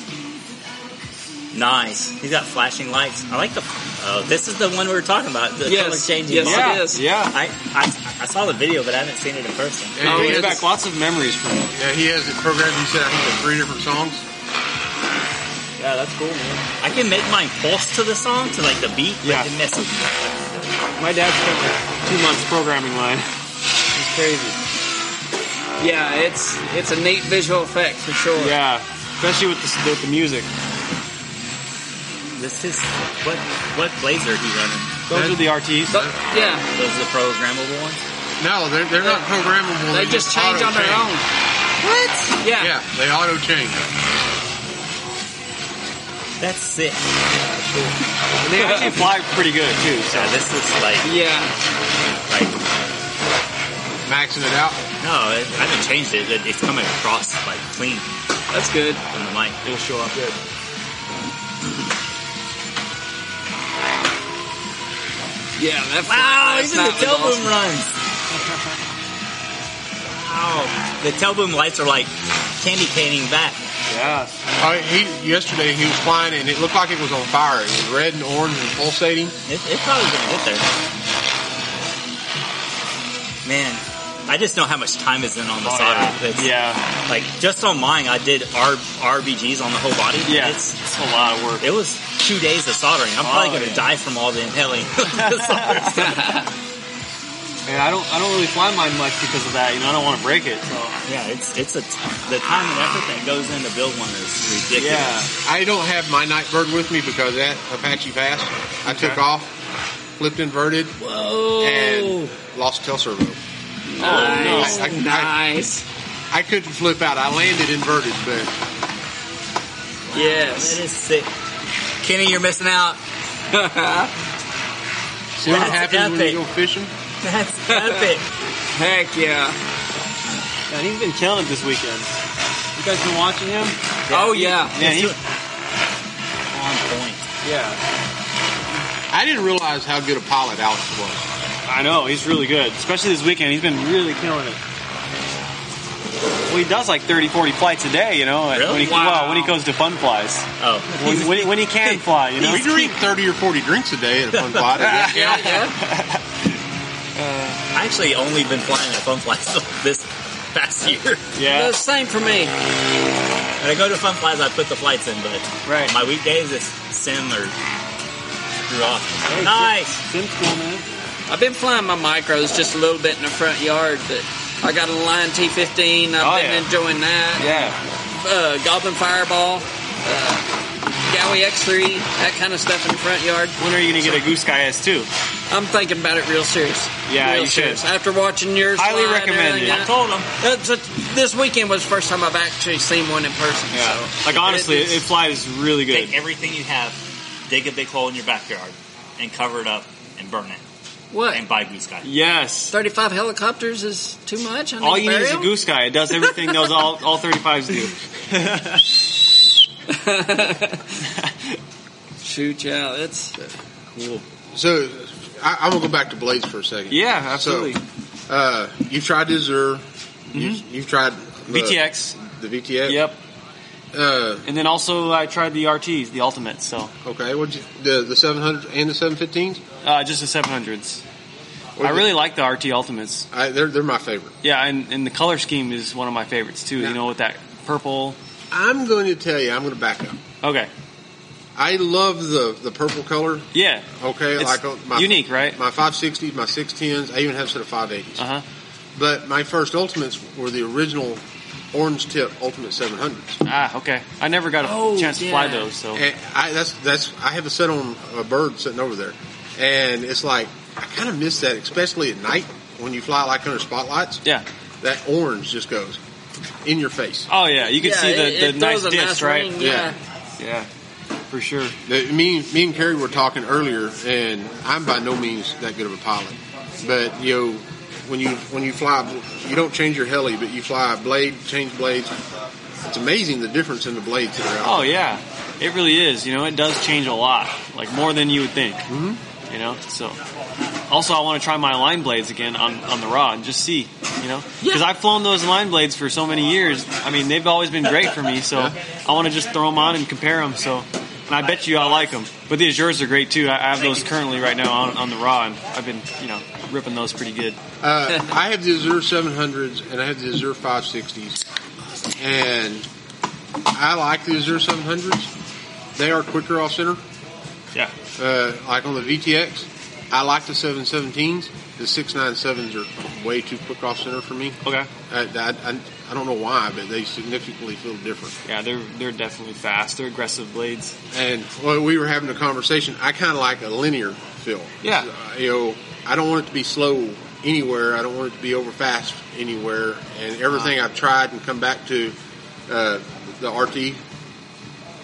B: Nice. He's got flashing lights. I like the. Oh, this is the one we were talking about. The
E: Yes.
B: color changing.
E: Yes,
B: light.
A: yeah,
E: it is.
A: yeah.
B: I, I I saw the video, but I haven't seen it in person.
C: Yeah,
A: It
C: he,
A: brings
C: has,
A: back lots of memories from it.
C: yeah, he has it programmed. He said I think it's three different songs.
B: Yeah, that's cool, man. I can make mine pulse to the song, to like the beat, but
A: Yeah.
B: it misses.
A: My dad spent like two months programming mine. It's crazy.
E: Yeah, it's it's a neat visual effect for sure.
A: Yeah, especially with the, with the music.
B: This is what what blades are he running?
A: Those
C: That-
A: are the RTs.
E: But, yeah,
B: Those are the programmable ones.
C: No, they're they're not programmable.
E: they just change on their
C: auto-change.
E: own. What? Yeah.
C: Yeah, they auto change.
B: That's sick.
A: And they actually fly pretty good too. So
B: Yeah, this is like
E: Yeah.
B: like
C: Maxing it out.
B: No, it, I haven't changed it. it. It's coming across like clean
E: That's good.
B: from the mic.
A: it'll show up good.
E: Yeah, that
B: Wow,
E: flight last
B: even the
E: night was
B: tail
E: awesome.
B: boom runs. wow, the tail boom lights are like candy caning back.
A: Yeah.
C: Uh, he yesterday he was flying and it looked like it was on fire. It was red and orange and pulsating.
B: It, it's probably gonna get there. Man, I just know how much time is in on the solder. It's-
A: Oh, yeah.
B: Like just on mine, I did R, RBGs on the whole body.
A: Yeah.
B: It's,
A: It's a lot of work.
B: it was two days of soldering. I'm probably
A: Oh,
B: gonna
A: yeah.
B: die from all the inhaling. The solder.
A: And I don't I don't really fly mine much because of that. You know, I don't want to break it. So
B: Yeah, it's it's a t- the time and effort that goes in to build one is ridiculous.
A: yeah.
C: I don't have my night bird with me because that Apache Pass I took
A: Okay.
C: off, flipped inverted,
E: Whoa.
C: and lost tail servo.
E: Oh, nice.
C: I- I- I-
E: nice.
C: I couldn't flip out. I landed inverted, but
E: yes.
B: That is sick. Kenny, you're missing out.
C: see what
B: That's
C: happens when
B: epic.
C: you go fishing.
B: That's epic.
E: Heck yeah.
A: Man, he's been killing it this weekend. You guys been watching him?
E: Oh yeah.
A: Yeah, he's,
B: He's on point.
A: yeah.
C: I didn't realize how good a pilot Alex was.
A: I know he's really good, especially this weekend. He's been really killing it. Well, he does like 30, 40 flights a day, you know. and When
B: Really?
A: he,
E: Wow.
A: Well, when he goes to fun flies,
B: Oh,
A: when, when, he, when he can fly, you know.
C: we drink thirty or forty drinks a day at a fun flight.
E: Yeah, yeah, yeah.
B: I actually only been flying at Fun Flies this past year.
A: Yeah,
E: The same for me.
B: When I go to Fun Flies, I put the flights in, but
A: Right.
B: my weekdays is sim or screw off.
A: Hey,
B: nice.
A: Sim school, man.
E: I've been flying my micros just a little bit in the front yard, but I got a Lion T15. I've
A: Oh,
E: been
A: yeah.
E: enjoying that.
A: Yeah,
E: Uh, Goblin Fireball, uh, Gowie X3, that kind of stuff in the front yard.
A: when are you gonna get a Goose Guy S2?
E: I'm thinking about it real serious.
A: Yeah,
E: real
A: you should.
E: serious. After watching yours,
A: Highly recommend it.
B: I told him.
E: this weekend was the first time I've actually seen one in person. So
A: like honestly,
E: it
A: it,
E: is-
A: flies really good.
B: Take everything you have, dig a big hole in your backyard, and cover it up and burn it,
E: what?
B: and buy Goose Guy.
A: Yes.
E: 35 helicopters is too much? I need
A: All you need is a
E: burial?
A: goose guy. It does everything those all, all 35s do.
E: Shoot, yeah, it's
A: Cool.
C: So I, I'm gonna go back to blades for a second.
A: Yeah,
C: So,
A: absolutely. Mm-hmm.
C: uh, you've tried Azure. You've, you've tried the,
A: VTX.
C: The VTX.
A: Yep.
C: Uh,
A: And then also I tried the RTs, the Ultimates. So
C: okay, what'd you, the the seven hundred and the seven fifteens?
A: uh, just the 700s. I really like the RT Ultimates.
C: I, they're they're my favorite.
A: Yeah, and, and the color scheme is one of my favorites too.
C: Yeah.
A: You know, with that purple.
C: I'm going to tell you, I'm going to back up.
A: Okay.
C: I love the the purple color.
A: Yeah.
C: Okay,
A: It's
C: like uh, my
A: unique, right?
C: My five sixties, my six tens. I even have a set of five eighties.
A: Uh huh.
C: But my first ultimates were the original orange tip ultimate seven hundreds.
A: Ah, okay. I never got a
E: Oh,
A: chance to fly
E: yeah.
A: those, so
C: And I that's that's I have a set on a bird sitting over there, and it's like I kind of miss that, especially at night when you fly like under spotlights.
A: yeah.
C: That orange just goes in your face.
A: Oh yeah, you can see the,
E: it-
A: the
E: it
A: nice
E: throws a
A: disc, right?
E: ring,
C: Yeah.
E: yeah.
A: Yeah, for sure.
C: The- Uh, Me, me and Kerry were talking earlier, and I'm by no means that good of a pilot. But you know, when you when you fly, you don't change your heli, but you fly a blade, change blades. It's amazing the difference in the blades that are out.
A: Oh yeah, it really is. You know, it does change a lot, like more than you would think. Mm-hmm. You know, so also I want to try my line blades again on, on the rod and just see. You know, because
E: Yeah.
A: I've flown those line blades for so many years. I mean, they've always been great for me. So I want to just throw them on and compare them. So. And I bet you I like them. But the Azures are great too. I I have those currently right now on, on the raw, and I've been, you know, ripping those pretty good.
C: Uh, I have the Azure 700s and I have the Azure 560s, and I like the Azure 700s. They are quicker off center,
A: Yeah.
C: uh, like on the VTX. I like the 717s. The 697s are way too quick off center for me.
A: Okay.
C: I, I, I, I don't know why, but they significantly feel different.
A: Yeah, they're they're definitely fast. They're aggressive blades.
C: And well, we were having a conversation. I kind of like a linear feel.
A: Yeah.
C: Uh, you know, I don't want it to be slow anywhere. I don't want it to be over fast anywhere. And everything
A: Uh-huh.
C: I've tried and come back to uh, the RT.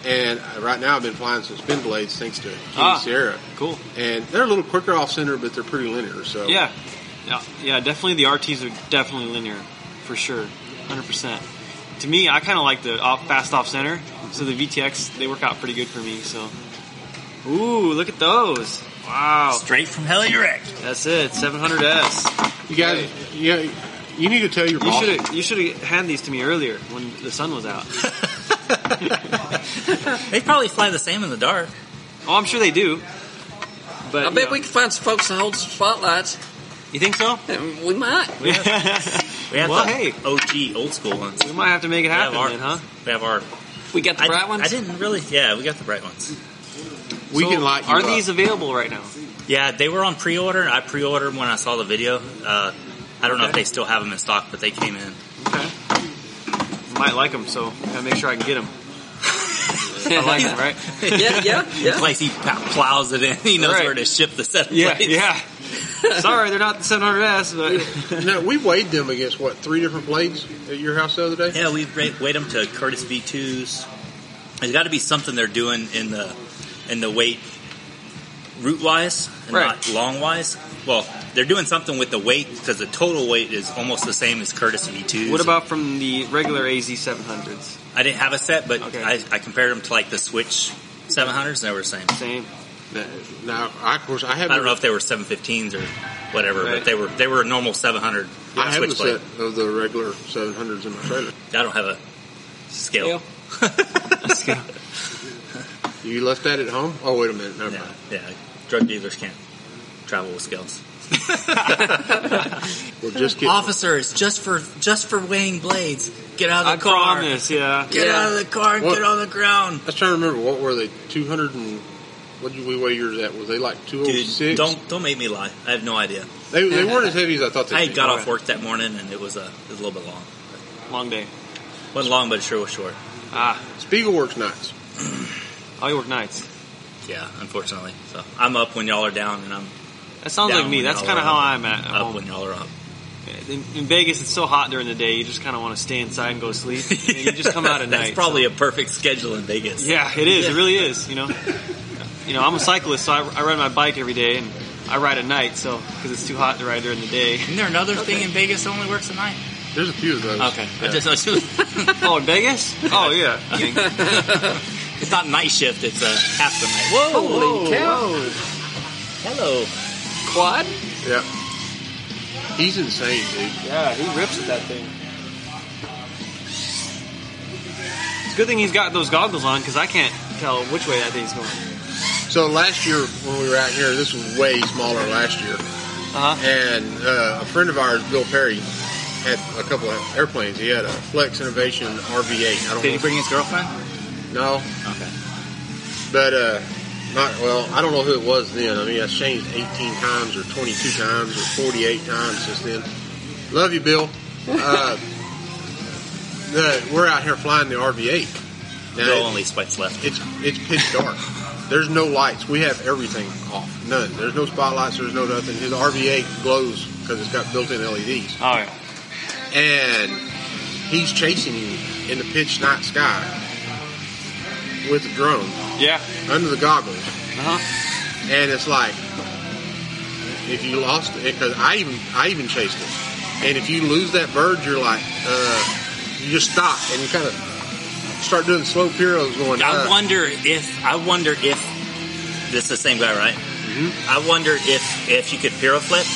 C: And right now, I've been flying some spin blades thanks to Kenny
A: Ah.
C: Sierra.
A: Cool.
C: And they're a little quicker off center, but they're pretty linear. So
A: Yeah, yeah, yeah. Definitely, the RTs are definitely linear, for sure, hundred percent. To me, I kind of like the off, fast off center, so the VTX they work out pretty good for me. So, ooh, look at those! Wow,
B: Straight from Hell Wreck.
A: that's it, 700s.
C: you guys, yeah, you need to tell
A: You
C: your boss.
A: should have you should have handed these to me earlier when the sun was out.
B: They probably fly the same in the dark.
A: Oh, I'm sure they do. But
E: I
A: you
E: bet
A: know.
E: we can find some folks that hold spotlights.
A: You think so?
E: and We might.
A: We
B: We have
A: well,
B: the
A: hey,
B: OG old school ones.
A: we might have to make it
B: We have
A: happen,
B: our,
A: then, huh?
B: We have our.
E: We got the
B: I,
E: right ones.
B: I didn't really. Yeah, we got the bright ones.
C: we
A: So,
C: can light you
A: Are
C: up.
A: these available right now?
B: Yeah, they were on pre-order. I pre-ordered when I saw the video. Uh, I don't know if
A: Okay.
B: they still have them in stock, but they came in.
A: Okay. Might like them, so gotta make sure I can get them. I like them, right?
E: yeah, yeah, yeah.
B: Place he pow- plows it in. He knows
A: Right.
B: where to ship the set. of blades.
A: yeah. Sorry, they're not the 700s, but
C: No, we weighed them against what three different blades at your house the other day.
B: Yeah, we rate, weight them to Curtis V2s. There's got to be something they're doing in the in the weight route wise and
A: Right.
B: not long wise. Well, they're doing something with the weight because the total weight is almost the same as Curtis V2s.
A: what about from the regular AZ 700s?
B: I didn't have a set, but
A: Okay.
B: I, I compared them to like the Switch 700s. And they were the same.
A: Same.
C: Now, now I, of course, I have.
B: I don't know if they were 715s or whatever,
A: Right.
B: but they were they were a normal 700
C: I have a
B: Switch blade.
C: set of the regular 700s in my trailer.
B: I don't have a scale.
E: Yeah.
C: You left that at home? Oh, wait a minute. Never
B: Yeah,
C: mind.
B: yeah. Drug dealers can't travel with scales.
C: We're just kidding.
B: Officers, just for just for weighing blades, get out of the
A: I
B: car.
A: promise, yeah.
B: Get
E: Yeah.
B: out of the car and
C: What?
B: get on the ground.
C: I was trying to remember what were they? 200 and what did we weigh yours at? Was they like
A: Oh,
B: Dude,
C: 206?
B: don't don't make me lie. I have no idea.
C: They, they weren't as heavy as I thought they.
B: I
C: would
B: got
C: be.
B: off work that morning and it was a it was a little bit long.
A: Long day.
B: wasn't long, but it sure was short.
A: Ah,
C: Spiegel works nights.
A: I work nights.
B: Yeah, unfortunately. So I'm up when y'all are down, and I'm
A: That sounds
B: Down
A: like me.
B: when
A: That's
B: y'all
A: kind
B: are
A: of how
B: up.
A: I'm at, at
B: up
A: home.
B: when y'all are up.
A: In, in Vegas, it's so hot during the day, you just kind of want to stay inside and go sleep. And you just come out at
B: That's
A: night.
B: probably a perfect schedule in Vegas.
A: Yeah, it is. It
E: Yeah.
A: really is. You know, you know, I'm a cyclist, so I, I ride my bike every day, and I ride at night, so because it's too hot to ride during the day.
B: Isn't there another thing in Vegas that only works at night?
C: There's a few of those.
B: Okay, I
C: Yeah.
B: just, I just-
A: Oh, in Vegas? Oh yeah.
B: it's not night shift. It's uh, half the night.
E: Whoa,
A: Holy
E: holy cow.
A: cow!
B: Hello.
E: Quad?
C: Yeah. He's insane, dude.
A: Yeah, he rips at that thing. Good thing he's got those goggles on because I can't tell which way that thing's going.
C: So last year when we were out here, this was way smaller last year,
B: Uh-huh.
A: Uh huh.
C: and uh, a friend of ours, Bill Perry, had a couple of airplanes. He had a Flex Innovation RV8. I don't
B: Did
C: know.
B: he bring his girlfriend?
C: no,
B: Okay.
C: but uh, not well. I don't know who it was then. I mean, it's changed 18 times, or 22 times, or 48 times since then. Love you, Bill. Uh, the, we're out here flying the RV8. Now,
B: Bill only spikes left.
C: it's it's pitch dark. There's no lights. We have everything off. None. There's no spotlights. There's no nothing. His RV8 glows because it's got built-in LEDs.
A: All right.
C: And he's chasing you in the pitch night sky with a drone
A: Yeah.
C: under the goggles.
A: Uh huh.
C: And it's like if you lost it, because I even I even chased it. And if you lose that bird, you're like uh, you just stop and you kind of start doing slow piros going.
B: I
C: uh,
B: wonder if I wonder if this is the same guy, right? I wonder if if you could pyro flip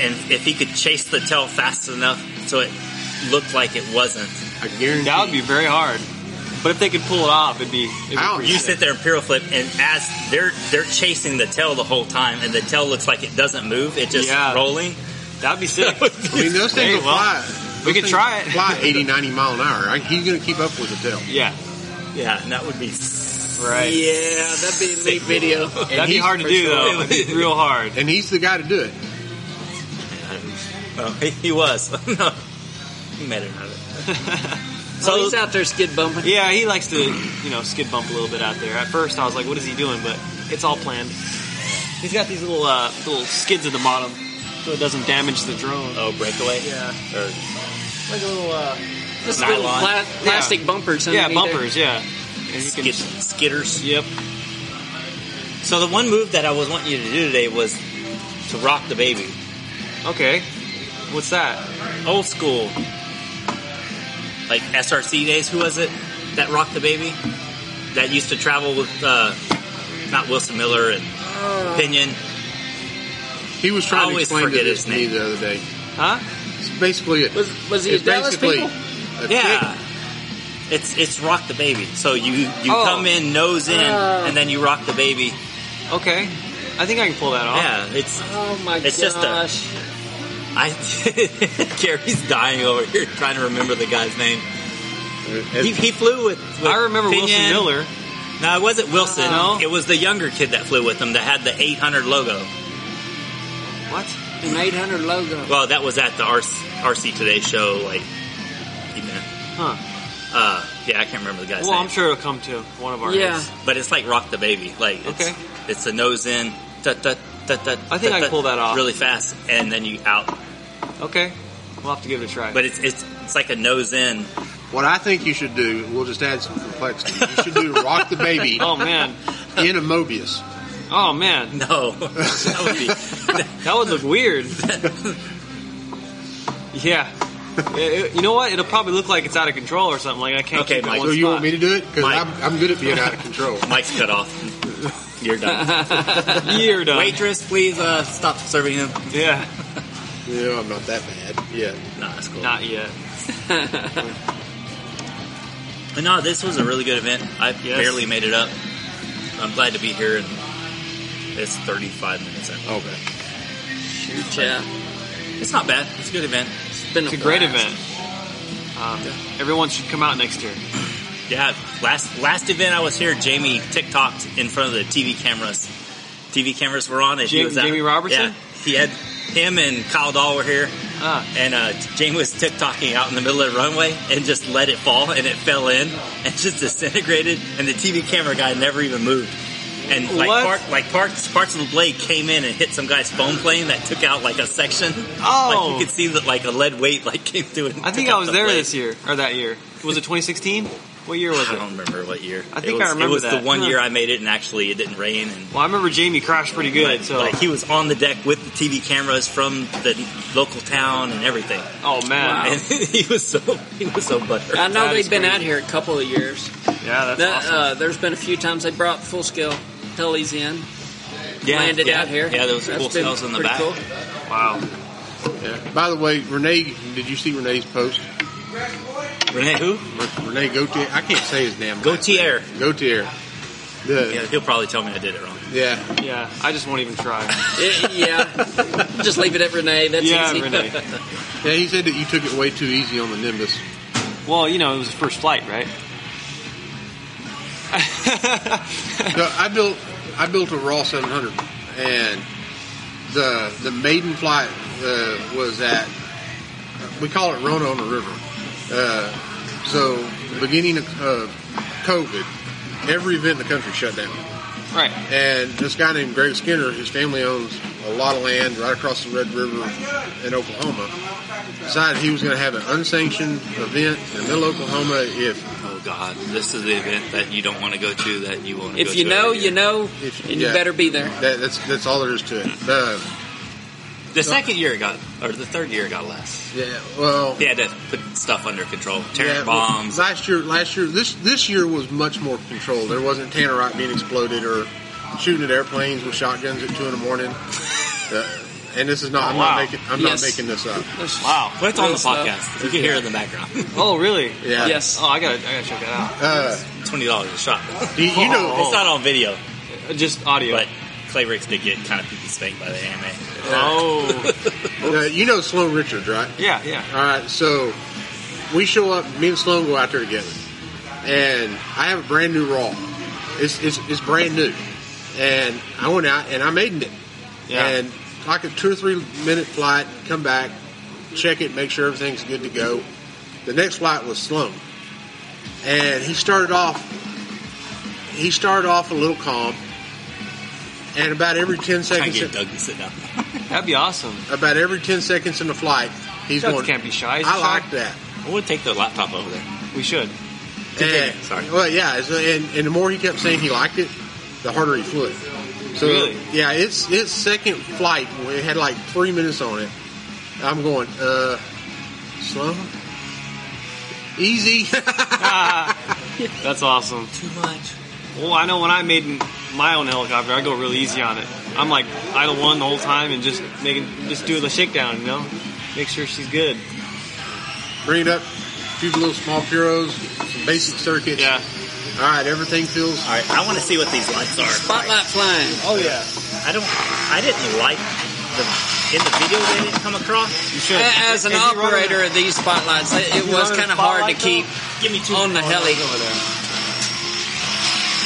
B: and if he could chase the tail fast enough so it looked like it wasn't.
C: I guarantee
A: That would be very hard. But if they could pull it off, it'd be. It'd be
C: Ow,
A: pretty
B: You
A: sick.
B: sit there and pyro flip, and as they're they're chasing the tail the whole time, and the tail looks like it doesn't move; it's just
A: Yeah.
B: rolling.
A: That'd be sick.
C: I mean, those things
A: Hey,
C: will
A: well,
C: fly.
A: we could
C: those things
A: try it.
C: Fly 80, 90 mile an hour. I, he's going to keep up with the tail.
A: yeah.
B: Yeah, and that would be s-
A: Right.
E: Yeah, that'd be a neat video.
A: That'd be
C: he's
A: hard to
C: for
A: do
C: sure-
A: though. It'd be real hard.
C: And he's the guy to do it.
B: Well, Oh, he, he was. no, he made it out of it.
E: So
B: so
E: he's out there skid bumping.
A: Yeah, he likes to, you know, skid bump a little bit out there. At first, I was like, "What is he doing?" But it's all planned. He's got these little uh, little skids at the bottom, so it doesn't damage the drone.
B: oh, breakaway.
A: Yeah,
B: Or,
A: like a little uh,
E: Just
B: Nylon.
E: little pla- plastic bumpers.
A: yeah
E: underneath
A: bumpers. Yeah, and you can.
B: skid, skitters.
A: Yep.
B: So the one move that I was wanting you to do today was to rock the baby,
A: Okay. What's that?
B: old school, like SRC days. Who was it that rocked the baby? That used to travel with uh, not Wilson Miller and
A: Oh.
B: Pinion.
C: He was trying
B: I
C: to
B: always
C: explain to
B: forget
C: this
B: his
C: to me
B: name.
C: the other day.
A: Huh?
C: It's basically it.
E: there. Was was he a
C: it's
E: Dallas
C: basically
E: people?
C: a
B: Yeah.
C: chick.
B: It's it's rock the baby. So you you
A: Oh.
B: come in nose in
E: Oh.
B: and then you rock the baby.
A: Okay. I think I can pull that off.
B: Yeah, it's
E: Oh my
B: It's
E: gosh!
B: just a- I Gary's dying over here trying to remember the guy's name. He, he flew with, with
A: I remember Wilson
B: Pinion.
A: Miller.
B: No, it wasn't Wilson.
A: No?
B: It was the younger kid that flew with him that had the 800 logo.
A: What?
E: an 800 logo.
B: Well, that was at the RC, RC Today show. Like, even,
A: Huh?
B: uh, yeah, I can't remember the guy's
A: Well,
B: name.
A: I'm sure it'll come to one of our.
E: Yeah.
A: hits.
B: But it's like rock the baby. Like it's
A: Okay.
B: it's a nose in. Da, da, da, da,
A: I think
B: da,
A: I can
B: da,
A: pull that off.
B: really fast, and then you out.
A: Okay. We'll have to give it a try.
B: But it's it's it's like a nose in.
C: What I think you should do, we'll just add some complexity. You should do rock the baby
A: oh man.
C: in a Mobius.
A: Oh man.
B: No, that would be
A: That would look weird. yeah. It- it- you know what? It'll probably look like it's out of control or something. Like I can't
B: Okay,
A: keep it
B: Mike.
A: in
C: So
A: one
C: you want
A: spot.
C: me to do it? Because
B: Mike.
C: I'm, I'm good at being out of control.
B: Mike's cut off. You're done.
A: You're done.
B: Waitress, please uh, stop serving him.
A: Yeah.
C: Yeah, I'm not that bad. Yeah.
B: No, that's cool.
A: Not yet.
B: But no, this was a really good event. I
A: Yes.
B: barely made it up. I'm glad to be here, and it's 35 minutes. In.
C: Okay.
E: Shoot, yeah.
B: It's not bad. It's a good event.
E: It's been
A: It's
E: a,
A: a great
E: blast.
A: event. Um, everyone should come out next year.
B: Yeah, last last event I was here, Jamie TikToked in front of the TV cameras. TV cameras were on, and he
A: Jamie-
B: was out.
A: Jamie Robertson?
B: Yeah, he had him and Kyle Dahl were here,
A: Ah.
B: and uh, Jamie was TikToking out in the middle of the runway and just let it fall, and it fell in and just disintegrated, and the TV camera guy never even moved. And like
A: What?
B: part, like parts parts of the blade came in and hit some guy's phone plane that took out like a section.
A: Oh.
B: like you could see that like a lead weight like came through. And
A: I think
B: took
A: I
B: out
A: was
B: the
A: there
B: blade.
A: this year or that year. Was it 2016? What year was
B: I
A: it?
B: don't remember what year.
A: I think
B: it was,
A: I remember
B: It was
A: that.
B: the one
A: Huh.
B: year I made it, and actually it didn't rain. And
A: Well, I remember Jamie crashed pretty good.
B: like,
A: so,
B: like, he was on the deck with the TV cameras from the local town and everything.
A: oh man,
B: And he was so he was so buttered.
E: I know
A: That is
E: they've been
A: crazy.
E: out here a couple of years.
A: yeah, that's
E: That,
A: awesome.
E: uh, there's been a few times they brought full scale tellies in,
B: yeah,
E: landed
B: yeah,
E: out here.
B: Yeah, there was
E: That's
B: cool
E: been
B: sales in the
E: pretty
B: back.
E: cool.
A: Wow.
C: Yeah. By the way, Renee, did you see Renee's post?
B: Renee who?
C: Renee Gautier. I can't say his damn name.
B: Gautier.
C: Gautier. The,
B: Yeah, he'll probably tell me I did it wrong.
C: yeah.
A: Yeah, I just won't even try.
E: Eh, yeah. Just leave it at Renee. That's
A: yeah,
E: easy.
A: Renee.
C: Yeah, he said that you took it way too easy on the Nimbus.
A: Well, you know, it was the first flight, right?
C: So I built I built a Raw 700, and the the maiden flight uh, was at we call it Rona on the River. Uh, so beginning of uh, COVID, every event in the country shut down.
A: right.
C: And this guy named Greg Skinner, his family owns a lot of land right across the Red River in Oklahoma, decided he was going to have an unsanctioned event in middle Oklahoma if
B: Oh God, this is the event that you don't want to go to that you want to.
E: If
B: go
E: you
B: to
E: know,
B: every
E: you
B: year.
E: know,
C: If-
E: and you
C: yeah.
E: better be there.
C: that, that's that's all there is to it. Uh,
B: The second year it got, or the third year it got less.
C: yeah, well,
B: They had to put stuff under control, tearing
C: Yeah, well,
B: bombs.
C: Last year, last year, this this year was much more controlled. There wasn't tannerite being exploded or shooting at airplanes with shotguns at two in the morning. Uh, and this is not. I'm
A: Wow.
C: not making. I'm
E: Yes.
C: not making this up.
A: Wow.
B: But it's on
E: Real
B: the
E: stuff.
B: podcast. You can hear it in the background.
A: Oh, really?
C: Yeah.
E: Yes.
A: Oh, I gotta, I gotta check that out.
C: Uh,
B: Twenty dollars a shot.
C: do you, you know,
B: It's not on video,
A: Uh, Just audio.
B: but Clay Ricks did get kind of people spanked by the AMA.
A: Oh.
C: uh, you know Sloan Richards, right?
A: yeah, yeah.
C: All right, so we show up. Me and Sloan go out there together, and I have a brand new raw. It's it's, it's brand new, and I went out and I made it.
A: Yeah.
C: And like a two or three minute flight, come back, check it, make sure everything's good to go. The next flight was Sloan, and he started off. He started off a little calm, and about every ten
B: Trying
C: seconds,
B: to get Doug to sit down.
A: That'd be awesome.
C: about every ten seconds in the flight, he's
A: Doug
C: going.
A: can't be shy. He's
C: I
A: shy.
C: like that.
B: I would take the laptop over there.
A: We should.
C: Yeah.
B: Continue, sorry.
C: Well, yeah. So, and, and the more he kept saying he liked it, the harder he flew it. So,
A: Really?
C: yeah, it's its second flight. It had like three minutes on it. I'm going, uh, slow, easy.
A: That's awesome.
B: Too much.
A: Well, I know when I made my own helicopter, I go really easy on it. I'm like idle one the whole time and just making, just do the shakedown, you know, make sure she's good.
C: Bring it up. A few little small puros, some basic circuits.
A: Yeah.
C: All right, everything feels.
B: All right, I want to see what these lights are.
E: Spotlight flying.
C: Oh yeah.
B: I don't. I didn't like the in the video they didn't come across.
A: You should.
E: A- As an
A: If you run
E: operator
A: a-
E: of these spotlights, it, it
A: you
E: was
A: run a
E: kind of hard
A: spotlight,
E: to
A: Oh,
E: keep
B: Give me two
D: Oh,
E: on the heli,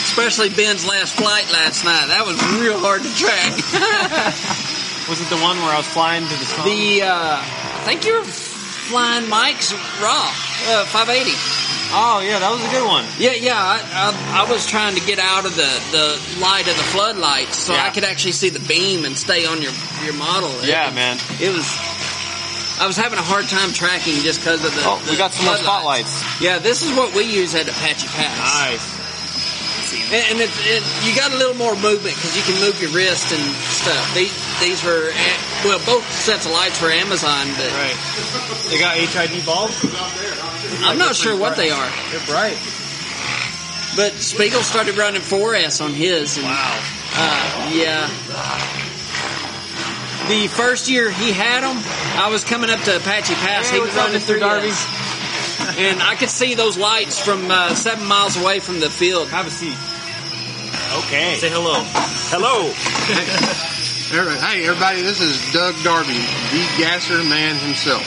E: especially Ben's last flight last night. That was real hard to track.
A: was it the one where I was flying to the song?
E: the uh, I think you were flying Mike's raw uh, 580.
A: oh yeah, that was a good one.
E: Yeah, yeah. I, I, I was trying to get out of the, the light of the floodlights so
A: Yeah.
E: I could actually see the beam and stay on your your model. It-
A: Yeah, man.
E: It was. I was having a hard time tracking just because of the.
A: Oh, we
E: the
A: got some more
E: floodlights.
A: spotlights.
E: Yeah, this is what we use at Apache Pass.
B: Nice.
E: And, and it, it, you got a little more movement because you can move your wrist and stuff. These these were a- well, both sets of lights were Amazon, but
A: Right. They got HID bulbs.
E: I'm not sure what they are.
A: They're bright.
E: But Spiegel started running 4S on his, and
B: Wow.
E: Uh, yeah. The first year he had them, I was coming up to Apache Pass.
A: Hey,
E: he was
A: what's up,
E: running
A: Mr.
E: through
A: Darby?
E: this. and I could see those lights from uh, seven miles away from the field.
A: Have a seat.
B: Okay. Say hello. Hello.
C: Everybody, hey, everybody, this is Doug Darby, the gasser man himself.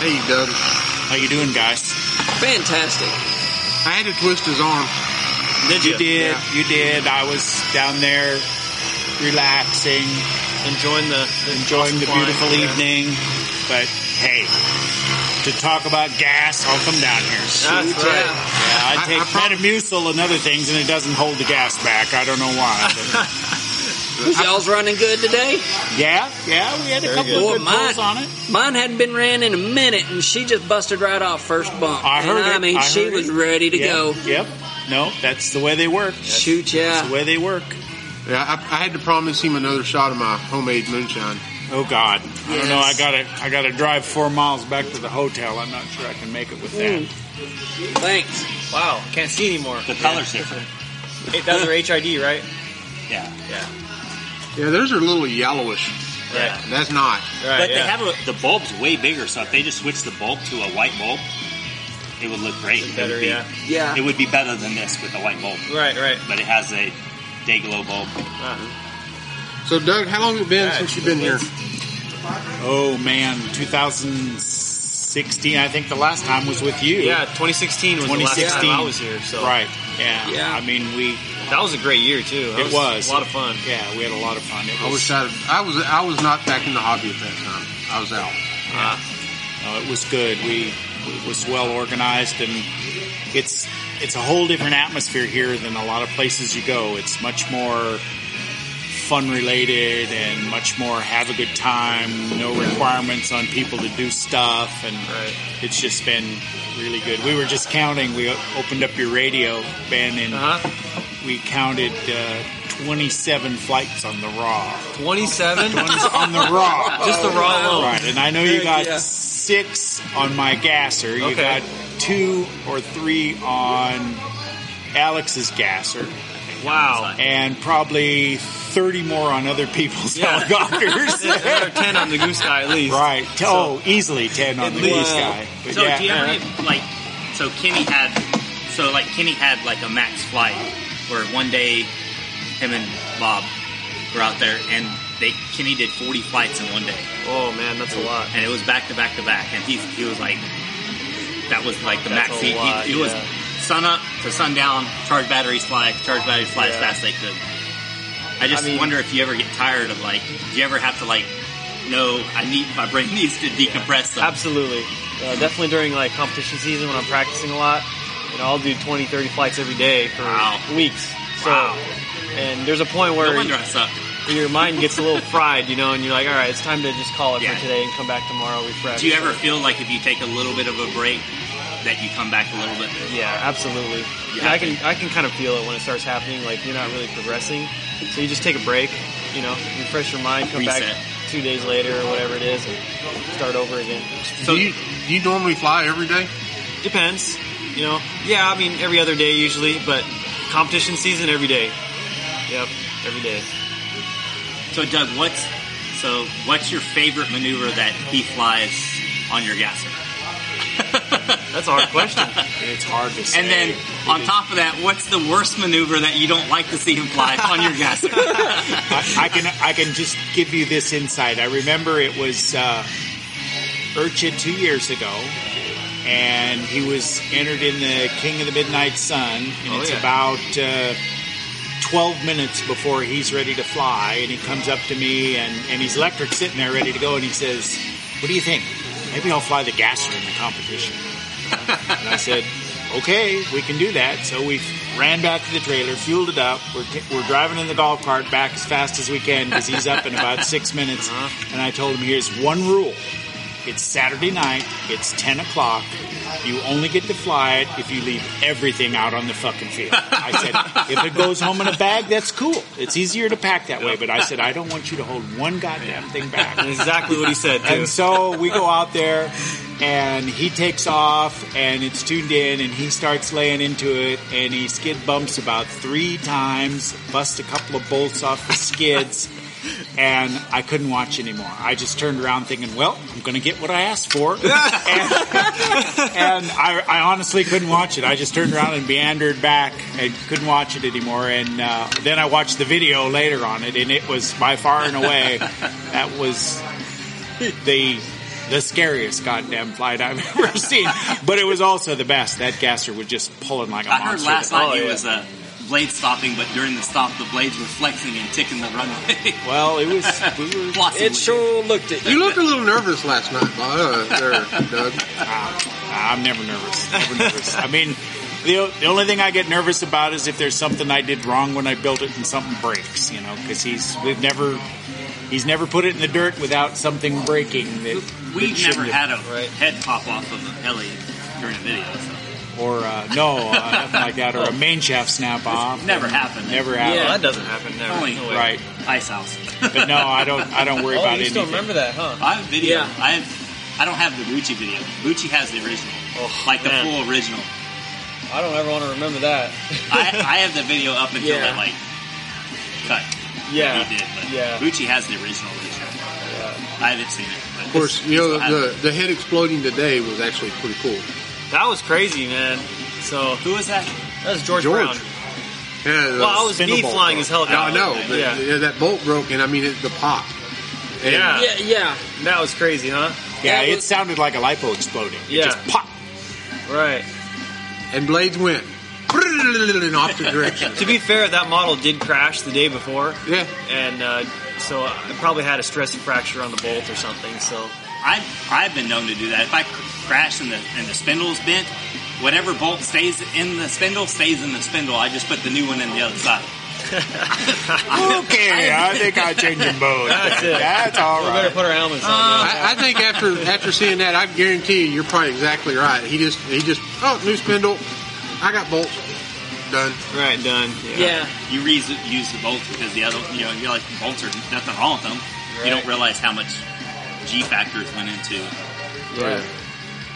C: Hey, Doug.
B: How you doing, guys?
E: Fantastic.
C: I had to twist his arm.
B: Did
D: You did. You did. I was down there relaxing,
A: Enjoying the, the
D: enjoying the
A: flying,
D: beautiful
A: yeah.
D: evening. But hey, to talk about gas, I'll come down here.
A: That's right.
E: Yeah.
D: Yeah,
C: I-
D: I take
C: I prob-
D: Metamucil and other things, and it doesn't hold the gas back. I don't know why. but-
E: Was y'all's running good today?
D: yeah, yeah, we had a couple
E: good.
D: of
E: Boy,
D: good
E: mine-
D: pulls on it.
E: Mine hadn't been ran in a minute, and she just busted right off first bump.
D: I heard
E: and, I
D: it.
E: mean,
D: I
E: she
D: heard
E: was
D: it.
E: ready to
D: Yep,
E: go.
D: Yep. No, that's the way they work. That's
E: Shoot,
D: the
E: yeah.
D: way they work.
C: Yeah, I, I had to promise him another shot of my homemade moonshine.
D: Oh God! I don't know. I
E: Yes.
D: gotta. I gotta drive four miles back to the hotel. I'm not sure I can make it with that.
E: Thanks.
A: Wow, can't see anymore.
B: The color's different.
A: Hey, Those are HID, right?
B: Yeah.
C: Yeah, those are a little yellowish.
B: Yeah.
C: That's not.
D: Uh,
A: Right.
B: But
A: yeah.
B: they have a, the bulb's way bigger, so if they just switch the bulb to a white bulb, it would look great. It
A: Better,
B: would be,
A: yeah.
E: Yeah.
B: It would be better than this with a white bulb,
A: Right, right.
B: but it has a day glow bulb.
A: Uh-huh.
C: So, Doug, how long has it been
A: Yeah,
C: since you've been here?
D: Oh man, 2016. I think the last time was with you.
A: Yeah, 2016 was the last
D: 2016.
A: time I was here. So
D: Right. Yeah.
E: Yeah.
D: I mean, we.
A: that was a great year too. That
D: It was.
A: a lot of fun.
D: Yeah, we had a lot of fun. It
C: I
D: was.
C: was out of, I was I was not back in the hobby at that time. I was out.
D: Uh, it was good. We it was well organized, and it's it's a whole different atmosphere here than a lot of places you go. It's much more fun related and much more have a good time. No requirements on people to do stuff, and
A: Right.
D: it's just been really good. We were just counting. We o- opened up your radio, Ben, and
A: Uh huh.
D: we counted uh, 27 flights on the raw.
A: 27.
D: on the raw.
A: Just the raw alone.
D: Right, and I know you got
E: Yeah.
D: six on my gasser. You
A: Okay.
D: got two or three on Alex's gasser,
A: Wow.
D: and probably thirty more on other people's
A: Yeah.
D: helicopters.
A: Another 10 on the goose guy at least.
D: right? oh, easily ten on
A: At
D: the
A: least.
D: least guy. But
B: So
D: yeah,
B: do you have any like? So Kenny had, so like Kenny had like a max flight where one day him and Bob were out there and they Kenny did 40 flights in one day
A: Oh man, that's a lot.
B: and it was back to back to back and he he was like that was like the
A: That's
B: max
A: a
B: he,
A: lot,
B: he, he was
A: yeah.
B: sun up to sundown charge batteries fly charge batteries fly as
A: Yeah.
B: fast as they could. I just
A: I mean-
B: wonder if you ever get tired of like do you ever have to like no I need my brain needs to decompress some.
A: Absolutely. Uh, definitely during like competition season when I'm practicing a lot, you know, I'll do 20, 30 flights every day for
B: Wow.
A: weeks. So,
B: Wow.
A: and there's a point
B: No
A: where
B: wonder I suck.
A: your mind gets a little fried, you know, and you're like, all right, it's time to just call it
B: Yeah.
A: for today and come back tomorrow refreshed.
B: Do you ever feel like if you take a little bit of a break that you come back a little bit?
A: Yeah, absolutely.
B: You
A: Yeah, I
B: have
A: can I can kind of feel it when it starts happening. Like you're not really progressing, so you just take a break. You know, refresh your mind, come
B: Reset.
A: back two days later or whatever it is, and start over again.
B: So-
C: do you do you normally fly every day?
A: Depends. You know, yeah. I mean, every other day usually, but competition season every day. Yep, every day.
B: So Doug, what's so what's your favorite maneuver that he flies on your gasser?
A: That's a hard question.
D: it's hard to say.
B: And then on top of that, what's the worst maneuver that you don't like to see him fly on your gasser?
D: I, I can I can just give you this insight. I remember it was uh, Urchin two years ago, and he was entered in the King of the Midnight Sun, and
A: Oh,
D: it's
A: yeah.
D: about uh, twelve minutes before he's ready to fly, and he comes up to me, and and he's electric sitting there ready to go, and he says, "What do you think? Maybe I'll fly the gasser in the competition." And I said, okay, we can do that. So we ran back to the trailer, fueled it up. We're, t- we're driving in the golf cart back as fast as we can because he's up in about six minutes.
A: Uh-huh.
D: And I told him, here's one rule. It's Saturday night. It's 10 o'clock. You only get to fly it if you leave everything out on the fucking field. I said, if it goes home in a bag, that's cool. It's easier to pack that way. But I said, I don't want you to hold one goddamn thing back.
A: That's exactly what he said. Too.
D: And so we go out there, and he takes off, and it's tuned in, and he starts laying into it, and he skid bumps about three times, busts a couple of bolts off the skids, and I couldn't watch anymore. I just turned around thinking, well, I'm going to get what I asked for. and and I, I honestly couldn't watch it. I just turned around and meandered back and couldn't watch it anymore. And uh, then I watched the video later on it, and it was by far and away, that was the the scariest goddamn flight I've ever seen. But it was also the best. That gasser was just pulling like a
B: I heard
D: monster.
B: last night
A: Oh,
B: he
A: yeah.
B: was uh, blade stopping, but during the stop, the blades were flexing and ticking the runway.
D: well, it was. We were,
B: Flossing
E: It
B: with
E: sure looked it.
C: You looked a little nervous last night, Bob. Uh, there, Doug.
D: I'm never nervous. Never nervous. I mean. The, the only thing I get nervous about is if there's something I did wrong when I built it and something breaks, you know, because he's we've never he's never put it in the dirt without something breaking that
B: you.
D: that
B: We've never
D: shouldn't have-
B: had a head pop off of a heli during a video. So.
D: or uh, no uh, nothing like that or a main shaft snap off
B: Never happened.
D: never
A: yeah,
D: happened
A: that doesn't happen. Never.
B: Only
A: No way.
D: right
B: ice house.
D: but no I don't I don't worry
E: Oh,
D: about
E: you
D: anything
E: still remember that, huh?
B: I have video.
E: Yeah.
B: I have. I don't have the Bucci video. Bucci has the original,
A: Oh,
B: like the
A: man.
B: full original.
E: I don't ever want to remember that.
B: I, I have the video up until
E: Yeah.
B: they like cut.
E: Yeah.
B: He did, but
E: Yeah.
B: Bucci has the original original. I haven't seen it. But
C: Of course, you
B: still
C: know
B: have it.
C: the the head exploding today was actually pretty cool.
A: That was crazy, man. So
B: Who was that?
A: that was George,
C: George.
A: Brown.
C: Yeah, the
A: Well, I was
D: Spindle
A: knee
D: bolt.
A: flying his helicopter.
C: No, I know, but
A: Yeah.
C: yeah, that bolt broke, and I mean it, the pop. And
A: Yeah.
E: Yeah, yeah.
A: that was crazy, huh?
D: Yeah,
E: That
D: it
E: was-
D: sounded like a lipo exploding. It
A: Yeah.
D: just popped.
A: Right.
C: and blades went in opposite directions.
A: To be fair, that model did crash the day before,
C: Yeah,
A: and uh, so I probably had a stress fracture on the bolt or something. So
B: I've, I've been known to do that. If I cr- crash and the, and the spindle's bent, whatever bolt stays in the spindle stays in the spindle. I just put the new one in the other side.
D: Okay, I think I changed your mode.
A: That's it.
D: That's all
A: we better
D: right.
A: put our helmets on. now.
C: I, I think after after seeing that, I guarantee you, you're probably exactly right. He just he just oh new spindle, I got bolts, done.
A: Right, done.
E: Yeah.
B: You reuse, use the bolts because the other, you know, you're like, the bolts are nothing wrong with them. You don't realize how much G factors went into.
C: Yeah.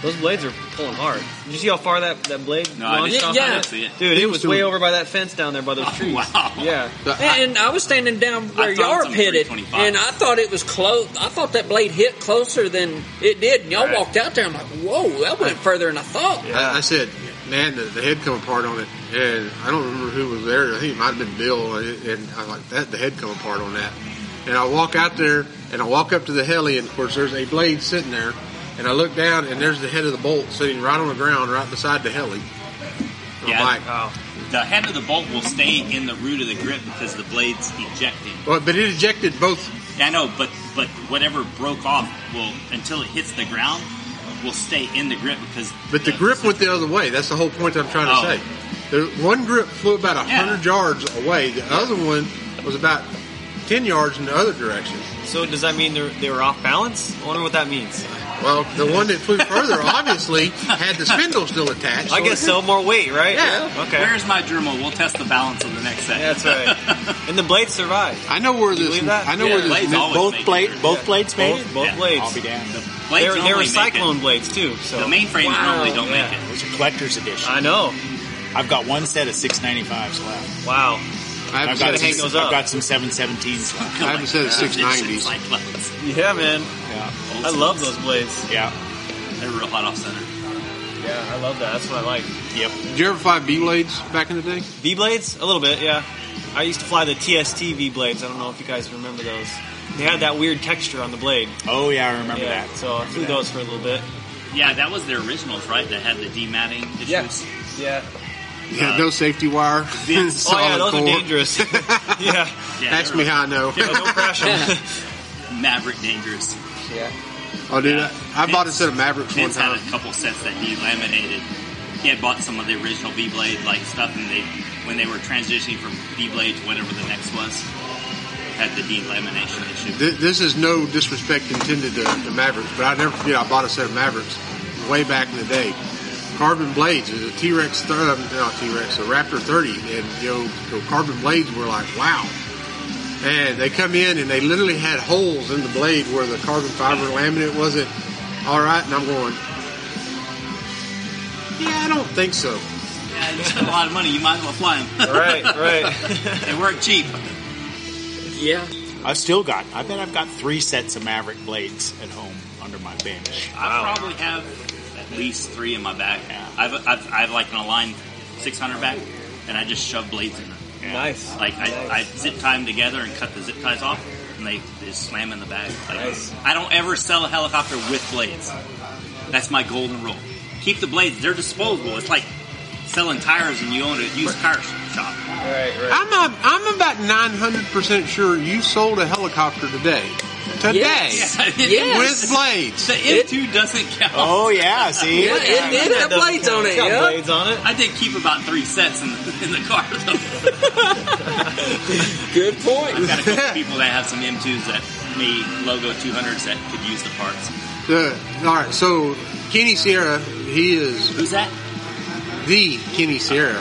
A: Those blades are pulling hard. Did you see how far that, that blade
B: No, I
A: launched
B: didn't,
A: off?
E: Yeah.
B: I didn't see it.
A: Dude, it
C: He
A: was
C: was
A: way
C: doing-
A: over by that fence down there by those
B: Oh,
A: trees.
B: wow.
A: Yeah.
C: But I-
E: And I was standing down where
B: I thought
E: y'all
B: it was
E: pitted,
B: on 325.
E: and I thought it was close. I thought that blade hit closer than it did, and y'all all
B: Right.
E: walked out there. I'm like, whoa, that went further than I thought.
C: I, I said, man, the, the head come apart on it, and I don't remember who was there. I think it might have been Bill, and, and I was like, that the head come apart on that. And I walk out there, and I walk up to the heli, and of course there's a blade sitting there, and I look down, and there's the head of the bolt sitting right on the ground, right beside the heli. And
B: Yeah.
C: I'm like,
A: Wow.
B: The head of the bolt will stay in the root of the grip because the blade's ejecting.
C: well, but it ejected both.
B: Yeah, I know, but but whatever broke off will until it hits the ground will stay in the grip because.
C: But the grip went the other way. That's the whole point I'm trying to
B: Oh.
C: say. The one grip flew about a
B: Yeah.
C: hundred yards away. The other one was about ten yards in the other direction.
A: So does that mean they're, they were off balance? I wonder what that means.
C: Well, the one that flew further obviously had the spindle still attached.
A: I guess so. More weight, right?
C: Yeah.
A: Okay.
B: Where's my Dremel? We'll test the balance of the next set.
A: Yeah, that's right. and the blade survived.
C: I know where this.
A: believe that?
C: I know
B: Yeah,
C: where this.
B: Blade's
C: mint-
B: always
C: both
B: making
C: plate.
B: sure.
D: Both blades made
A: Both,
D: it?
A: both
B: Yeah.
A: blades.
D: I'll be damned.
B: Blades
A: They were, they were
B: normally make it.
A: cyclone blades too. So
B: The mainframes
E: Wow,
B: normally don't
A: yeah.
B: make it.
D: Those are collector's edition.
A: I know.
D: I've got one set of 695s left.
A: Wow.
C: I
D: I've
C: have
D: got,
C: a
A: hang
D: some,
C: set.
A: those
D: I've
A: up.
D: got some 717s left.
C: I haven't said it's
B: Collector's
C: 690s.
B: edition Cyclones.
A: Yeah, man.
D: Yeah.
A: I love those blades.
D: Yeah.
B: They're real hot off center.
A: Yeah, I love that. That's what I like.
D: Yep.
C: Did you ever fly B blades back in the day?
A: V blades? A little bit, yeah. I used to fly the TST V blades. I don't know if you guys remember those. They had that weird texture on the blade.
D: Oh, yeah, I remember
A: Yeah.
D: that.
A: So I flew those for a little bit.
B: Yeah, that was their originals, right? That had the dematting issues.
A: Yeah.
C: Yeah, no safety wire.
B: Vince-
A: Oh yeah,
C: solid
A: those are
C: core.
A: dangerous. yeah.
B: Yeah,
C: Ask
B: they
C: me
B: were
C: how I know.
A: Yeah, don't crash them.
B: Maverick dangerous.
C: Oh, dude,
B: Yeah.
C: I, I bought a
B: Vince-
C: set of Mavericks one
B: Vince had
C: time.
B: a couple sets that he laminated. He had bought some of the original V Blade like stuff, and they when they were transitioning from V Blade to whatever the next was, had the delamination issue.
C: Th- This is no disrespect intended to, to Mavericks, but I never forget I bought a set of Mavericks way back in the day. Carbon blades is a T Rex, th- um, not T Rex, a Raptor 30, and you know, the carbon blades were like wow. And they come in and they literally had holes in the blade where the carbon fiber laminate wasn't all right, and I'm going, yeah, I don't think so.
B: Yeah, you spend a lot of money, you might as well fly them.
A: right, right.
B: they weren't cheap.
E: Yeah,
D: I've still got, I bet I've got three sets of Maverick blades at home under my bench.
B: I probably have at least three in my bag. I've, I've, I've like an Align 600 bag, and I just shove blades in them.
A: Nice.
B: Like I, I zip tie them together and cut the zip ties off, and they, they just slam in the bag. Like,
A: Nice.
B: I don't ever sell a helicopter with blades. That's my golden rule. Keep the blades; they're disposable. It's like selling tires and you own a used tire shop.
A: Right, right.
C: I'm a, I'm about 900% sure you sold a helicopter today. Today.
E: Yes.
B: Yeah.
C: With blades.
B: The M2 doesn't count.
D: Oh, yeah, see?
E: Yeah, it did have blades on it.
A: It's got
E: Yeah,
A: blades on it.
B: I did keep about three sets in the, in the car. Though.
E: good
B: I've
E: point.
B: got a couple people that have some M2s that me logo 200s that could use the parts.
C: Uh, all right, so Kenny Sierra, he is
B: Who's that?
C: the Kenny Sierra.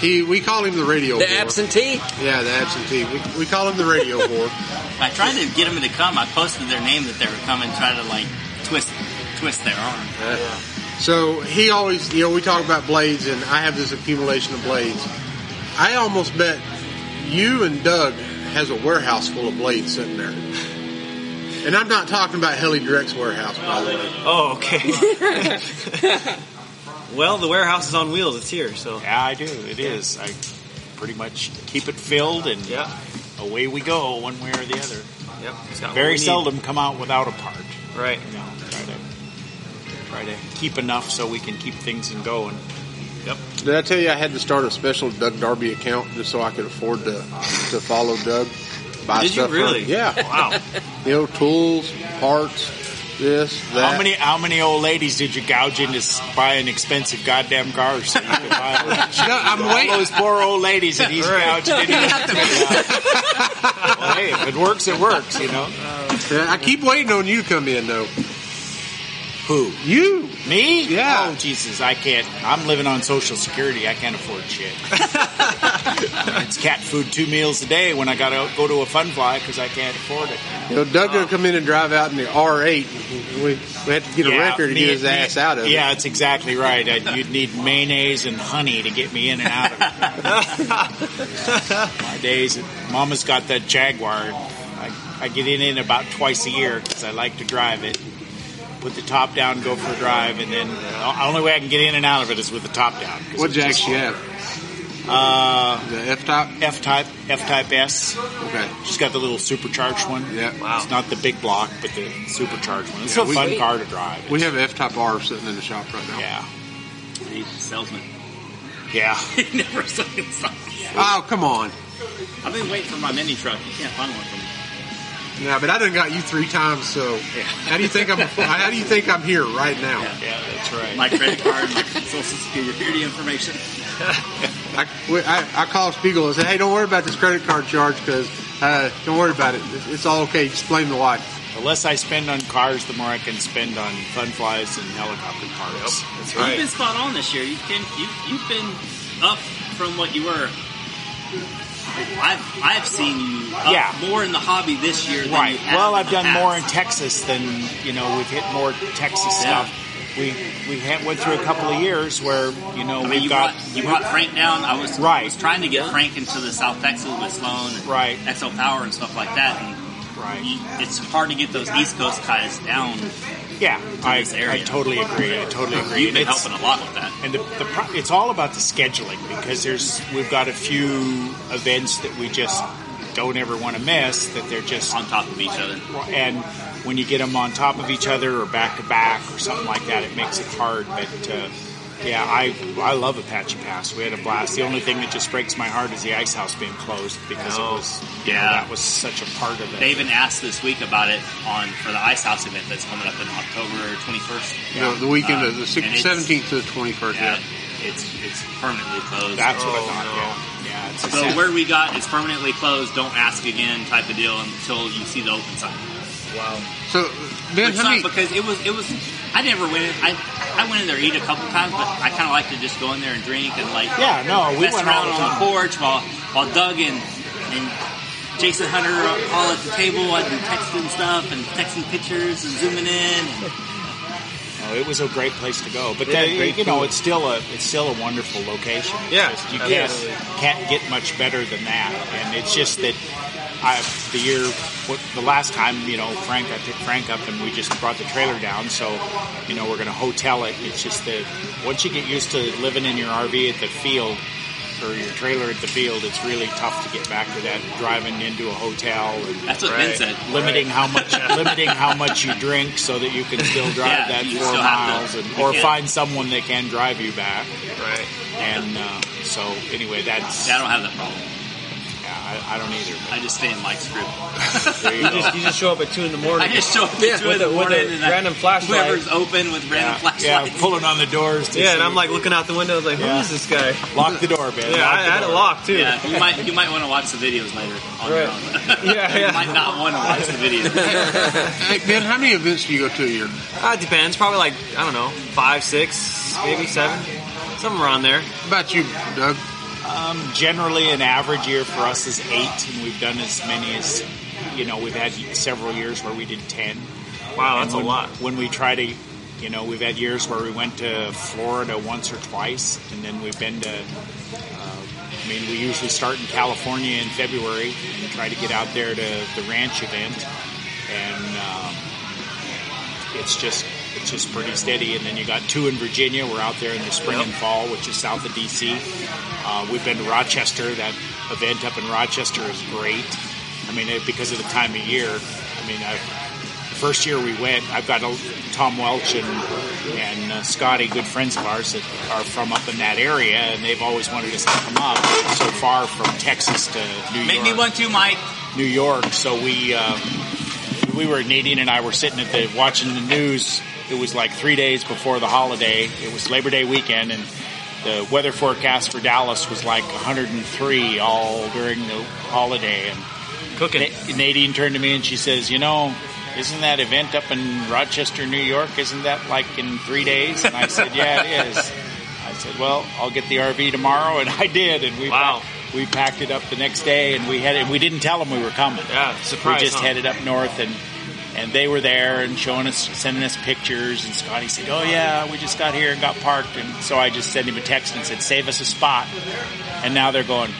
C: He, we call him the radio.
E: The
C: whore.
E: absentee.
C: Yeah, the absentee. We, we call him the radio whore.
B: I tried to get them to come. I posted their name that they were coming. Try to like twist twist their arm.
C: So he always, you know, we talk about blades, and I have this accumulation of blades. I almost bet you and Doug has a warehouse full of blades sitting there. And I'm not talking about Heli Direct's warehouse, by the way.
A: Oh, okay. Oh, Well, the warehouse is on wheels. It's here, so
D: Yeah, I do. It is. I pretty much keep it filled, and
A: yeah,
D: away we go, one way or the other.
A: yep. It's got what we
D: Very
A: need.
D: seldom come out without a part.
A: Right.
D: You know, try to try to keep enough so we can keep things and going.
C: Did I tell you I had to start a special Doug Darby account just so I could afford to to follow Doug?
A: Did
C: Buy
A: you
C: stuff from-
A: really?
C: Yeah.
A: Wow.
C: You know, tools, parts, this, that.
D: How many how many old ladies did you gouge into s- buying expensive goddamn cars? So you could buy
E: I'm
D: all
E: waiting.
D: those poor old ladies that he's gouging into. well, hey, if it works, it works. You know
C: Yeah, I keep waiting on you to come in though.
D: who?
C: You.
D: Me?
C: Yeah.
D: Oh Jesus, I can't. I'm living on Social Security. I can't afford shit. it's cat food, two meals a day when I gotta go to a fun fly because I can't afford it.
C: You know, Doug
D: Oh.
C: gonna come in and drive out in the R8. We, we have to get a record to
D: me-
C: get his
D: me-
C: ass out of
D: Yeah, that's exactly right. I, you'd need mayonnaise and honey to get me in and out of it. My days, Mama's got that Jaguar. I, I get in it about twice a year because I like to drive it. Put the top down, go for a drive, and then the only way I can get in and out of it is with the top down.
C: it.
D: 'cause
C: What
D: it's
C: jacks
D: just-
C: you have?
D: Uh,
C: The F top.
D: F type, F type S.
C: Okay.
D: She's got the little supercharged one.
C: Yeah.
D: It's not the big block, but the supercharged one. It's
C: Yeah,
D: a
C: we-
D: fun car to drive.
C: We have an F top R sitting in the shop right now.
D: yeah.
B: Hey, salesman.
D: Yeah.
B: He never fucking saw me.
C: Oh come on.
B: I've been waiting for my mini truck. You can't find one from
C: Yeah, but I done got you three times. So how do you think I'm? How do you think I'm here right now?
B: Yeah.
D: Yeah, that's right.
B: my credit card, my social security information.
C: I, we- I, I called Spiegel and said, "Hey, don't worry about this credit card charge because uh, don't worry about it. It's, it's all okay. Just blame the wife."
D: The less I spend on cars, the more I can spend on fun flies and helicopter parts.
C: That's
B: You've been spot on this year. You've been you you've been up from what you were. I've I've seen you up
D: Yeah.
B: more in the hobby this year. Than You
D: Right.
B: have
D: Well,
B: in
D: I've
B: the
D: done
B: past.
D: more in Texas than you know. We've hit more Texas
B: Yeah.
D: stuff. We we had, went through a couple of years where you know
B: I mean,
D: we've
B: you
D: got
B: brought you brought Frank down. I was
D: Right.
B: was trying to get Frank into the South Texas with Sloan and
D: Right.
B: XL Power and stuff like that. And
D: Right.
B: you- it's hard to get those East Coast guys down.
D: yeah. I,
B: this
D: I
B: area.
D: totally agree. I totally agree.
B: You've
D: And
B: been
D: it's-
B: helping a lot with that.
D: And the, the pro- it's all about the scheduling because there's we've got a few events that we just don't ever want to miss. That they're just
B: on top of each other.
D: and when you get them on top of each other or back to back or something like that, it makes it hard. But uh, yeah, I I love Apache Pass. We had a blast. The only thing that just breaks my heart is the ice house being closed because it was you know,
B: Oh, Yeah.
D: that was such a part of it.
B: They even asked this week about it on for the Ice House event that's coming up in October 21st.
C: You know, the weekend of
B: Um,
C: the
B: and it's-
C: seventeenth to the twenty-first.
B: Yeah, it's it's permanently closed.
D: That's what I thought. Yeah, yeah. It's a
B: Oh, so
D: sad-
B: where we got is permanently closed. Don't ask again, type of deal until you see the open sign.
C: So, Ben,
B: Which
C: how many?
B: sucked because it was it was I never went in. I I went in there to eat a couple times, but I kind of like to just go in there and drink and like
D: Yeah, no, we
B: mess
D: went
B: around
D: all the
B: on the
D: time.
B: porch while while Doug and and Jason Hunter are all at the table and texting stuff and texting pictures and zooming in.
D: No, Oh, it was a great place to go, but
C: Yeah,
D: that-
C: great
D: you know, it's still a it's still a wonderful location. It's
C: Yeah,
D: just- you
C: absolutely.
D: can't can't get much better than that, and it's just that I the year what- the last time you know Frank I picked Frank up and we just brought the trailer down, so you know we're going to hotel it. It's just that once you get used to living in your RV at the field. Or your trailer at the field, it's really tough to get back to that. Driving into a hotel and
B: That's what Ben said.
D: uh, limiting how much uh, limiting how much you drink so that you can still drive
B: Yeah,
D: that
B: you
D: four
B: still have
D: miles
B: to-
D: and,
B: you
D: or
B: can't-
D: find someone that can drive you back
C: Right.
D: and uh, so anyway that's
B: Yeah, I don't have that problem.
D: yeah, I, I don't either
B: I just stay in Mike's group.
D: but there you
A: you
D: go.
A: just, you just show up at two in the morning.
B: I just show up at
A: Yeah,
B: two
A: with
B: in the
A: a- with
B: morning
A: a
B: and I-
A: random flashlight.
B: Whoever's open with random
D: yeah, yeah,
B: flashlights.
D: pulling on the doors to
A: yeah, and
D: see-
A: I'm like looking out the window. I was like, who is
D: Yeah.
A: this guy?
D: lock the door man
A: Yeah,
D: lock
A: I
D: the
A: had a
D: door.
A: lock too.
B: Yeah, you might you might want to watch the videos later on
A: Right.
B: your
A: Yeah,
B: own.
A: yeah.
B: you might not want to watch the videos.
C: Hey, Ben, how many events do you go to a year?
A: Uh, it depends. Probably like I don't know, five, six, maybe seven, something around there.
C: How about you, Doug?
D: um, generally an average year for us is eight and we've done as many as you know we've had several years where we did ten
A: Wow,
D: And
A: that's a
D: when-
A: lot.
D: When we try to, you know, we've had years where we went to Florida once or twice, and then we've been to. Uh, I mean, we usually start in California in February and try to get out uh, there to the ranch event, and um, it's just It's just pretty steady. And then you got two in Virginia. We're out there in the spring and fall, which is south of DC. Uh, we've been to Rochester. That event up in Rochester is great. I mean, it, because of the time of year. I mean, I, the first year we went, I've got a, Tom Welch and and uh, Scotty, good friends of ours that are from up in that area, and they've always wanted us to come up so far from Texas to New
B: Make
D: York.
B: me one too, Mike.
D: New York. So we uh, we were Nadine and I were sitting at the watching the news. It was like three days before the holiday. It was Labor Day weekend, and the weather forecast for Dallas was like 103 all during the holiday. And
B: Cooking.
D: Na- Nadine turned to me and she says, "You know, isn't that event up in Rochester, New York? Isn't that like in three days?" And I said, "Yeah, it is." I said, "Well, I'll get the RV tomorrow," and I did. And we
B: Wow.
D: packed, we packed it up the next day, and we had and we didn't tell them we were coming.
B: Yeah, surprise,
D: We just
B: huh?
D: headed up north and. And they were there and showing us, sending us pictures. And Scotty said, "Oh yeah, we just got here and got parked." And so I just sent him a text and said, "Save us a spot." And now they're going,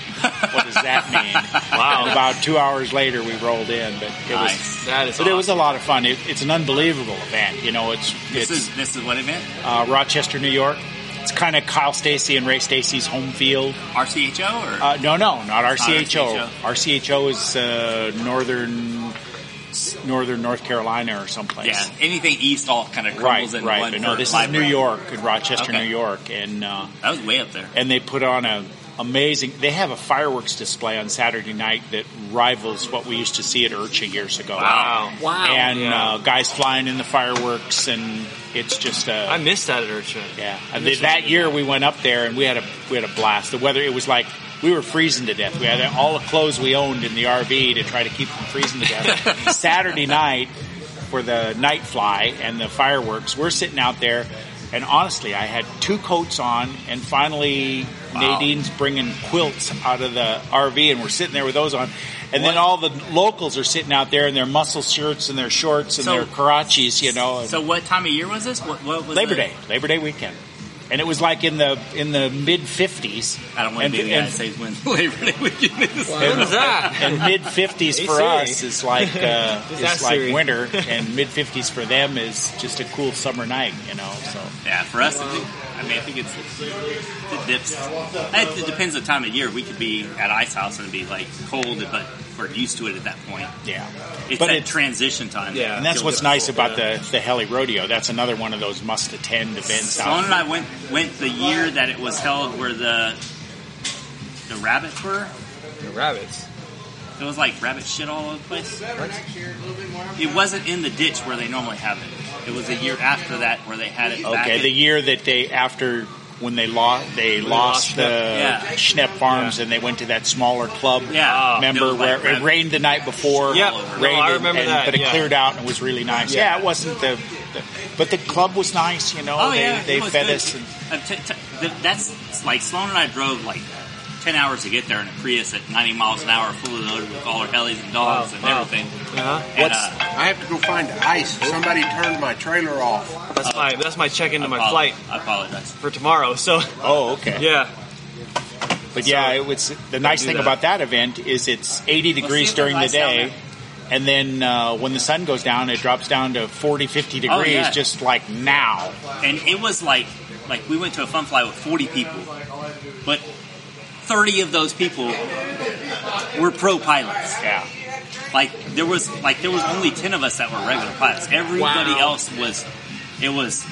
D: "What does that mean?"
B: Wow.
D: And about two hours later, we rolled in, but it
B: Nice.
D: was
B: That is
D: But it was a lot of fun. It, it's an unbelievable event. You know, it's
B: This
D: it's
B: is this is what it meant.
D: uh, Rochester, New York. It's kind of Kyle Stacy and Ray Stacy's home field.
B: RCHO or
D: Uh, no, no, not RCHO.
B: RCHO.
D: RCHO is uh, northern northern North Carolina or someplace.
B: yeah, anything east all kind of
D: Right,
B: crumbles in
D: right.
B: one.
D: But no,
B: for
D: this is
B: live
D: New
B: round.
D: York, in Rochester,
B: Okay.
D: New York, and uh,
B: That was way up there.
D: and they put on a amazing. They have a fireworks display on Saturday night that rivals what we used to see at Urcha years ago.
B: Wow.
E: Wow.
D: and
A: yeah.
D: uh, guys flying in the fireworks, and it's just uh,
A: I missed that at Urchin.
D: yeah. And th- that year we went up there and we had a we had a blast. The weather it was like we were freezing to death. We had all the clothes we owned in the RV to try to keep from freezing to death. Saturday night for the night fly and the fireworks, we're sitting out there. And honestly, I had two coats on, and finally Nadine's bringing quilts out of the RV, and we're sitting there with those on. And then all the locals are sitting out there in their muscle shirts and their shorts and
B: So-
D: their karachis, you know. and-
B: So what time of year was this? What, what was
D: Labor
B: the-
D: Day, Labor Day weekend, and it was like in the in the mid fifties.
B: I don't want to be the guy that says when Labor Day weekend is.
E: What was that?
D: And mid fifties
A: Hey,
D: for
A: Siri.
D: us is like uh,
A: Is that
D: is like
A: Siri?
D: winter, and mid fifties for them is just a cool summer night, you know. So
B: Yeah, for us, I, think, I mean, I think it's it dips. It, it depends the time of year. We could be at Ice House and it'd be like cold, but we're used to it at that point.
D: yeah,
B: It's
D: but
B: that
D: it's.
B: transition time.
A: Yeah.
D: And that's
A: Feels
D: what's
A: difficult,
D: nice about the the Heli Rodeo. That's another one of those must attend events.
B: Sloan
D: Out.
B: and I went went the year that it was held, where the the rabbits were.
A: The rabbits.
B: It was like rabbit shit all over the place. It wasn't in the ditch where they normally have it. It was the year after that where they had it. back
D: Okay,
B: in-
D: the year that they after when they lost they
A: lost
D: lost the
B: Schnepp. Yeah.
D: Schnepp Farms and they went to that smaller club.
B: yeah, Oh,
D: remember
B: it was
D: where
B: like
D: it
B: rabbit-
D: rained the night before.
A: Yeah,
D: rained
A: no, I
D: and-
A: remember
D: and-
A: that,
D: But it
A: yeah.
D: cleared out and was really nice.
A: Yeah.
D: Yeah, it wasn't the, the, but the club was nice. You know,
B: Oh
D: they,
B: yeah,
D: they
B: it was
D: fed
B: good.
D: us. And,
B: Uh, t- t- th- that's like Sloan and I drove like ten hours to get there in a Prius at ninety miles an hour, fully loaded with all our helis and
D: Oh,
B: dogs and
A: wow.
B: everything.
A: Uh-huh.
B: And,
C: What's-
B: uh,
C: I have to go find the ice. Somebody turned my trailer off.
A: That's my that's my check into
B: I
A: my
D: Uh-huh.
B: apolo-
A: flight
B: I apologize.
A: for tomorrow. So
D: oh, okay.
A: yeah,
D: But yeah, it was the nice
A: do
D: thing
A: that.
D: about that event is it's 80
B: see
D: degrees
B: if
D: during the
B: there's ice down
D: day. And then uh, when the sun goes down, it drops down to 40, 50 degrees,
B: Oh, yeah.
D: just like now.
B: And it was like like we went to a fun fly with forty people, but thirty of those people were pro pilots.
D: Yeah.
B: Like there was like there was only ten of us that were regular pilots. Everybody
E: Wow.
B: else was it was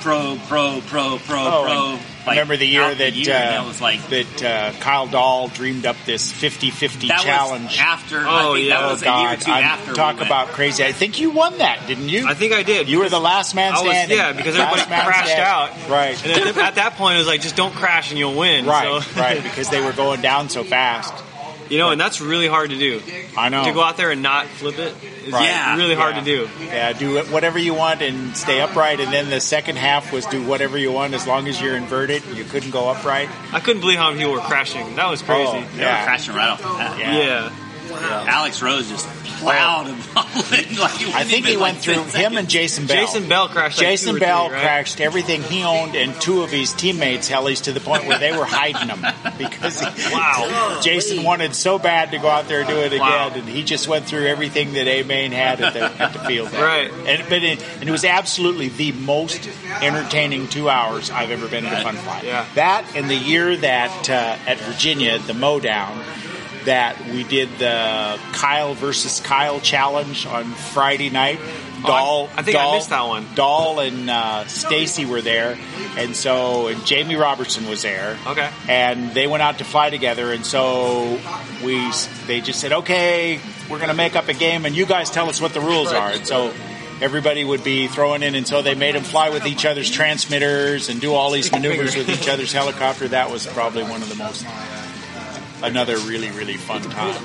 B: pro pro pro pro
D: Oh,
B: pro.
D: and
B: like,
D: remember the year
B: out
D: that
B: year, and
D: uh,
B: that was like
D: that uh, Kyle Dahl dreamed up this 50-50
B: that
D: challenge.
B: was after.
A: Oh,
B: I think
A: yeah.
B: that
D: Oh
B: was a year or
D: God!
B: 2
D: I'm-
B: after. we
D: talk
B: went.
D: about crazy. I think you won that, didn't you?
A: I think I did.
D: you were the last man
A: I was-
D: standing.
A: yeah, because
D: Last
A: everybody
D: man
A: crashed out.
D: Right,
A: And at, at that point, it was like just don't crash and you'll win.
D: right,
A: so,
D: right. Because they were going down so fast.
A: You know, and that's really hard to do.
D: I know.
A: To go out there and not flip it is
D: Right.
B: Yeah.
A: really hard
D: Yeah.
A: to do.
D: Yeah, do it- whatever you want and stay upright. And then the second half was do whatever you want as long as you're inverted. You couldn't go upright.
A: I couldn't believe how many people were crashing. That was
D: Oh,
A: crazy.
B: They were
D: yeah.
B: crashing right off the bat.
D: Yeah.
A: yeah.
E: Wow.
B: Alex Rose just plowed him. like, he
D: I
B: wasn't
D: think
B: even
D: he went
B: like
D: through
B: 10
D: him
B: seconds.
D: and Jason Bell.
A: Jason Bell crashed like
D: Jason
A: two or
D: Bell
A: three, right?
D: crashed everything he owned and two of his teammates' helis to the point where they were hiding them because he-
B: Wow.
D: Jason wanted so bad to go out there and do it again,
B: Wow.
D: and he just went through everything that A Main had at the, at the field. that
A: Right.
D: day. and but it, and it was absolutely the most entertaining two hours I've ever been to Fun Fly.
A: Yeah.
D: That and the year that uh, at Virginia the Mowdown that we did the Kyle versus Kyle challenge on Friday night.
A: Oh, I-
D: Doll,
A: I think I
D: Dahl-
A: missed that one.
D: Dahl and uh, Stacy were there, and so and Jamie Robertson was there.
A: Okay.
D: and they went out to fly together, and so we s- they just said, okay, we're going to make up a game, and you guys tell us what the rules are, and so. Everybody would be throwing in, and so they made them fly with each other's transmitters and do all these maneuvers with each other's helicopter. That was probably one of the most, another really, really fun time.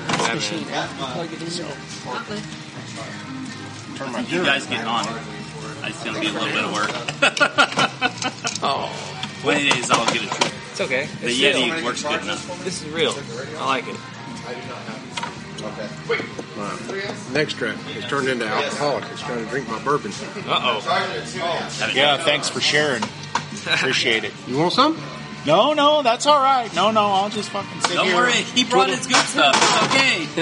B: You guys get on. It's going to be a little bit of work.
A: Oh,
B: 20 days, I'll get it.
A: it's okay.
B: The
A: It's
B: Yeti
A: real.
B: works good enough.
A: This is real. I like it.
C: Next trip. It's turned into alcoholic. It's trying to drink my bourbon.
A: Uh oh.
D: Yeah, thanks for sharing. Appreciate it.
C: You want some?
D: No, no, that's all right. No, no, I'll just fucking sit
B: Don't
D: here.
B: worry. He brought his good stuff. It's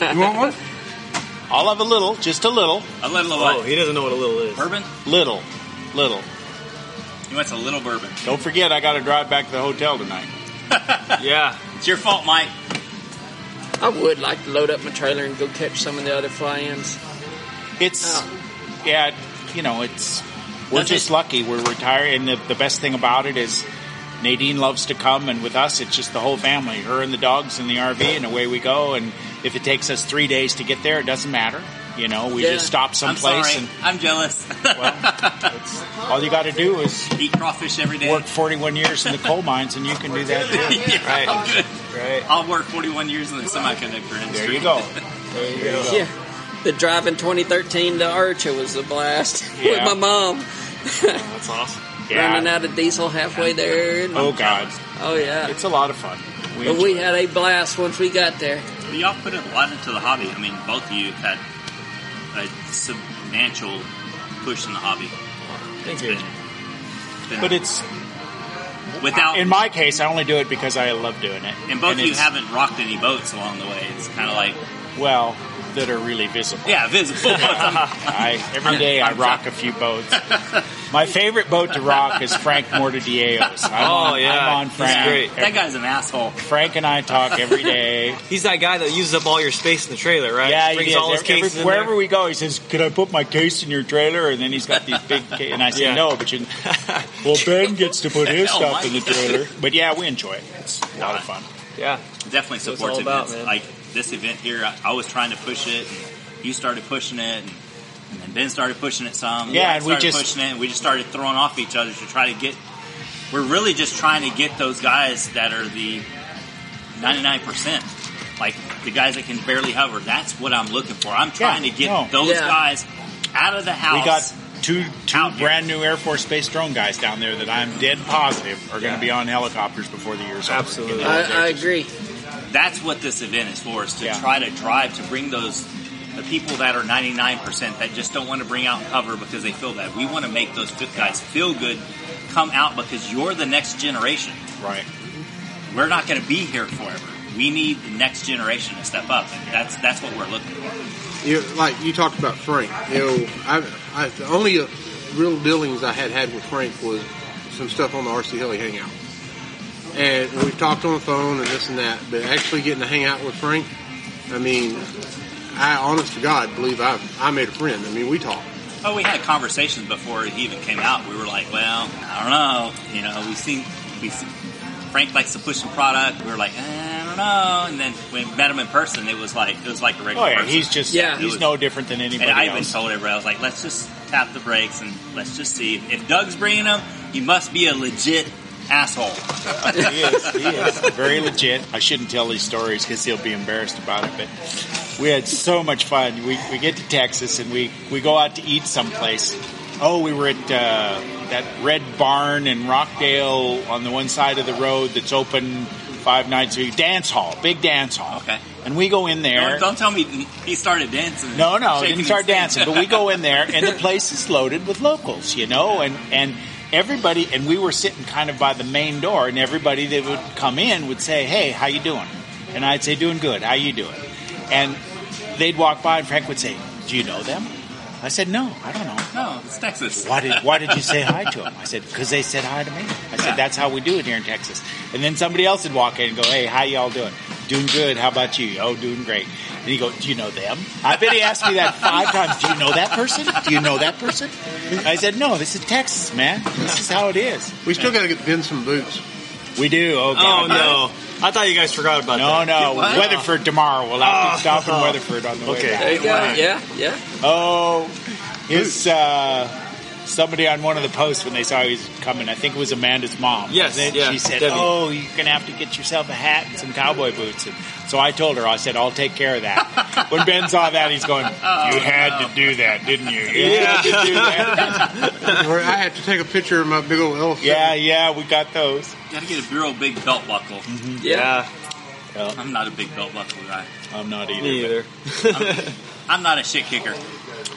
B: okay.
C: You want one?
D: I'll have a little, just a little,
B: A little of
A: Oh,
B: what?
A: he doesn't know what a little is.
B: Bourbon?
D: little, little.
B: He wants a little bourbon.
D: Don't forget, I got to drive back to the hotel tonight.
A: Yeah.
B: It's your fault, Mike.
E: I would like to load up my trailer and go catch some of the other fly-ins.
D: It's,
E: Oh.
D: yeah, you know, it's. We're
B: Does
D: just
B: it-
D: lucky. We're retired, and the, the best thing about it is Nadine loves to come, and with us, it's just the whole family, her and the dogs in the RV, and away we go. And if it takes us three days to get there, it doesn't matter. You know, we
E: Yeah.
D: just stop
B: I'm
D: someplace,
B: sorry.
D: and
B: I'm jealous.
D: all you got to do is
B: Eat crawfish every day.
D: work 41 years in the coal mines, and you can do that too.
B: yeah,
A: Right.
B: I'm good.
A: Right.
B: I'll work 41 years in the semiconductor industry.
D: There you go.
E: Yeah. The drive in 2013 to Archer was a blast
D: Yeah.
E: with my mom.
A: That's awesome.
E: Running out of diesel halfway there. And,
D: Oh God,
E: oh, yeah.
D: it's a lot of fun. We
E: But we
D: enjoy it.
E: had a blast once we got there.
B: But y'all put a lot into the hobby. I mean, both of you have had a substantial push in the hobby.
A: Thank
B: Been, been-
D: but it's
B: without
D: in my case, I only do it because I love doing it.
B: and both of you
D: it's-
B: haven't rocked any boats along the way. It's kind of like
D: well that are really visible.
B: yeah, visible.
D: I, every day I rock a few boats. My favorite boat to rock is Frank Mortadieo's. I'm
A: Oh,
D: on,
A: yeah.
D: I'm on
A: He's
D: Frank.
A: great.
D: Every-
B: that guy's an asshole.
D: Frank and I talk every day.
A: He's that guy that uses up all your space in the trailer, right?
D: Yeah, he
A: brings
D: is.
A: all his
D: Every-
A: cases in
D: wherever
A: there.
D: we go, he says, "Can I put my case in your trailer?" And then he's got these big, ca- and I say,
A: Yeah. Oh,
D: "No, but you." Well, Ben gets to put his
B: Hell,
D: stuff in the
B: Mike.
D: trailer. But yeah, we enjoy it. It's a lot of fun.
A: Yeah.
B: Definitely
A: That's
B: supports
A: all about,
B: events
A: man.
B: like this event here. I, I was trying to push it, and you started pushing it, and, and then Ben started pushing it some.
D: Yeah,
B: I
D: and we
B: started
D: just-
B: pushing it, and we just started throwing off each other to try to get. We're really just trying to get those guys that are the ninety nine percent, like the guys that can barely hover. That's what I'm looking for. I'm trying to get
D: no.
B: those
E: Yeah.
B: guys out of the house.
D: We got two two
B: Out here.
D: brand new Air Force Base drone guys down there that I'm dead positive are going
A: Yeah.
D: to be on helicopters before the year's
A: Absolutely.
D: over. You know, they're
E: I, I
D: just-
E: agree.
B: that's what this event is for is to
D: Yeah.
B: try to drive to bring those the people that are 99% that just don't want to bring out cover because they feel that we want to make those fit guys feel good come out because you're the next generation
D: Right.
B: we're not going to be here forever we need the next generation to step up and that's that's what we're looking for
C: You like you talked about Frank. You know, I, I the only uh, real dealings I had had with Frank was some stuff on the RC Hilly Hangout, and we've talked on the phone and this and that. But actually getting to hang out with Frank, I mean, I honest to God believe I I made a friend. I mean, we talked.
B: oh we had conversations before he even came out we were like well i don't know you know we seen we seen, frank likes to push some product we were like eh, i don't know and then when we met him in person it was like it was like a regular
D: Oh yeah,
B: person.
D: he's just
E: Yeah.
D: he's no different than anybody
B: And I even
D: else.
B: told everybody, I was like, let's just tap the brakes and let's just see. If Doug's bringing him, he must be a legit asshole.
D: he is. He is very legit. I shouldn't tell these stories because he'll be embarrassed about it. But we had so much fun. We we get to Texas and we we go out to eat someplace. Oh, we were at uh, that Red Barn in Rockdale on the one side of the road that's open five nights a week. Dance hall, big dance hall.
B: Okay.
D: And we go in there.
B: Don't, don't tell me he started dancing.
D: No, no,
B: Shaking
D: didn't start
B: his head.
D: dancing. But we go in there, and the place is loaded with locals, you know, and and everybody. And we were sitting kind of by the main door, and everybody that would come in would say, "Hey, how you doing?" And I'd say, "Doing good. How you doing?" And they'd walk by, and Frank would say, "Do you know them?" I said, "No, I don't know."
B: No, it's Texas.
D: Why did Why did you say hi to him? I said, "Because they said hi to me." I said,
B: Yeah.
D: "That's how we do it here in Texas." And then somebody else would walk in and go, "Hey, how y'all doing? Doing good. How about you? Oh, doing great." And he go, "Do you know them?" I bet he asked me that five times. Do you know that person? Do you know that person? I said, "No, this is Texas, man. This is how it is."
C: We still got to get Ben some boots.
D: We do. Oh,
A: Oh
D: God.
A: no! I thought you guys forgot about
D: No,
A: that.
D: no.
B: What?
D: Weatherford tomorrow. We'll have to
A: Oh.
D: stop in Weatherford on the way
A: Okay.
D: back.
E: There you go.
C: Wow.
E: Yeah, yeah.
D: Oh, his uh, somebody on one of the posts when they saw he was coming. I think it was Amanda's mom.
A: Yes,
D: wasn't it?
A: yeah,
D: she said,
A: Debbie.
D: "Oh, you're gonna have to get yourself a hat and some cowboy boots." And so I told her, I said, "I'll take care of that." when Ben saw that, he's going, "You had to do that, didn't you? You had to do that."
C: Where I had to take a picture of my big old elephant.
D: yeah, yeah, we got those.
B: Gotta get a bureau big belt buckle.
D: Mm-hmm.
E: Yeah.
B: I'm not a big belt buckle guy.
D: I'm not
A: Yeah,
D: either.
A: me either.
B: I'm not a shit kicker.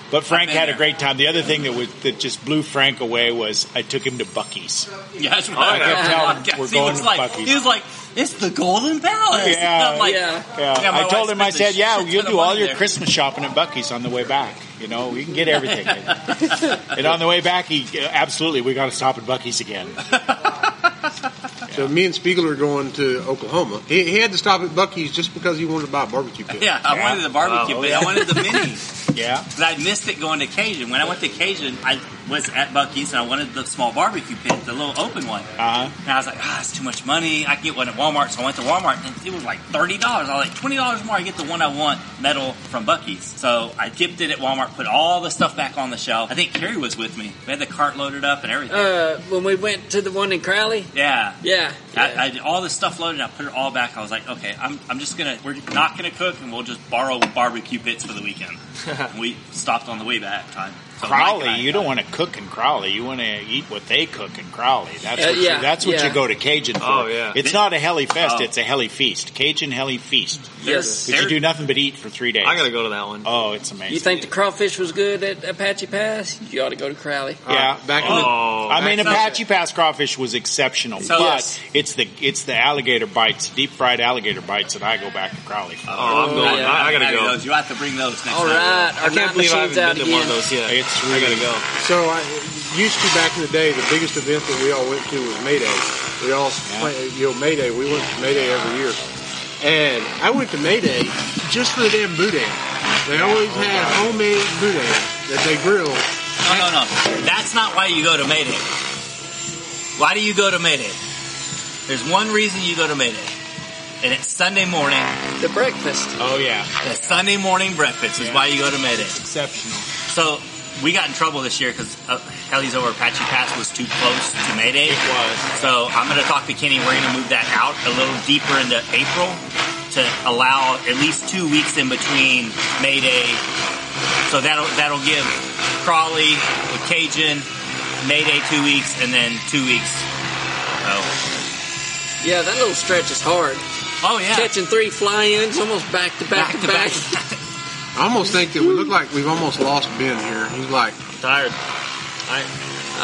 D: But Frank
B: I've been
D: had a
B: there.
D: great time. The other thing that was that just blew Frank away was I took him to Bucky's.
B: Yeah, that's what
D: I kept telling him,
B: Yes,
D: Oh, we're
B: he
D: going
B: was
D: to
B: like,
D: Bucky's.
B: He was like, it's the Golden Palace.
D: Yeah,
B: I'm like,
E: yeah.
D: Yeah,
B: Yeah, my
D: I told
B: wife
D: him. I
B: spends
D: said,
B: a
D: "Yeah,
B: shit
D: you'll
B: ton of
D: do all
B: money
D: your
B: there."
D: Christmas shopping at Bucky's on the way back. You know, you can get everything." and on the way back, he absolutely we got to stop at Bucky's again.
C: So me and Spiegel are going to Oklahoma. He, he had to stop at Bucky's just because he wanted to buy a barbecue pit.
B: Yeah, I
D: Yeah.
B: wanted the barbecue,
D: Wow.
B: but I wanted the mini.
D: Yeah,
B: But I missed it going to Cajun. When I went to Cajun, I was at Bucky's and I wanted the small barbecue pit, the little open one.
D: uh huh.
B: And I was like, ah, it's too much money. I can get one at Walmart. So I went to Walmart and it was like $30. I was like, $20 more, I get the one I want metal from Bucky's. So I dipped it at Walmart, put all the stuff back on the shelf. I think Carrie was with me. We had the cart loaded up and everything.
E: Uh, when we went to the one in Crowley,
B: yeah.
E: yeah,
B: I, I did all this stuff loaded. I put it all back. I was like, okay, I'm, I'm just gonna. We're not gonna cook, and we'll just borrow barbecue pits for the weekend. And we stopped on the way back time. So Mike and I-
D: Crowley, you don't want to cook in Crowley. You want to eat what they cook in Crowley. That's
E: Uh,
D: what
E: yeah,
D: you, that's what
E: yeah.
D: you go to Cajun for.
A: Oh, yeah.
D: It's not a heli fest.
B: Oh.
D: It's a heli feast. Cajun heli feast.
E: yes.
D: But you do nothing but eat for three days.
A: I gotta go to that one.
D: Oh, it's amazing.
E: You think the crawfish was good at Apache Pass? You ought to go to Crowley.
C: All right,
D: Yeah.
C: back in the,
A: Oh,
D: I mean,
C: That's-
D: Apache Pass crawfish was exceptional,
B: So-
D: but
E: Yes.
D: it's the it's the alligator bites, deep fried alligator bites, that I go back to Crowley for.
A: oh, I'm going.
E: yeah.
A: I, I gotta
B: Have
A: go.
B: Those. You have to bring those next
E: All
B: time.
E: right, our
A: I can't
E: night
A: believe I
E: machine's
A: haven't
E: out
A: been to one of
E: again.
A: those yet.
D: It's
A: I gotta
D: really-
A: go.
C: so I used to back in the day, the biggest event that we all went to was May Day. We all, play- you know, May Day. We went to May Day every year, and I went to May Day just for the damn boudin. They always
B: Oh,
C: had homemade boudin that they grilled.
B: No, no, no. That's not why you go to Mayday. Why do you go to Mayday? There's one reason you go to Mayday, and it's Sunday morning.
E: The breakfast.
D: Oh yeah,
B: The Sunday morning breakfast is why you go to Mayday.
D: exceptional.
B: So we got in trouble this year because uh, Helly's over Apache Pass was too close to Mayday.
D: It was.
B: So I'm going to talk to Kenny. We're going to move that out a little deeper into April to allow at least two weeks in between May Day. So that'll that'll give Crawley, the Cajun, May Day two weeks, and then two weeks. Oh,
E: Yeah, that little stretch is hard.
B: oh yeah.
E: Catching three fly-ins almost back to back, to back.
C: I almost think that we look like we've almost lost Ben here. He's like,
A: Tired.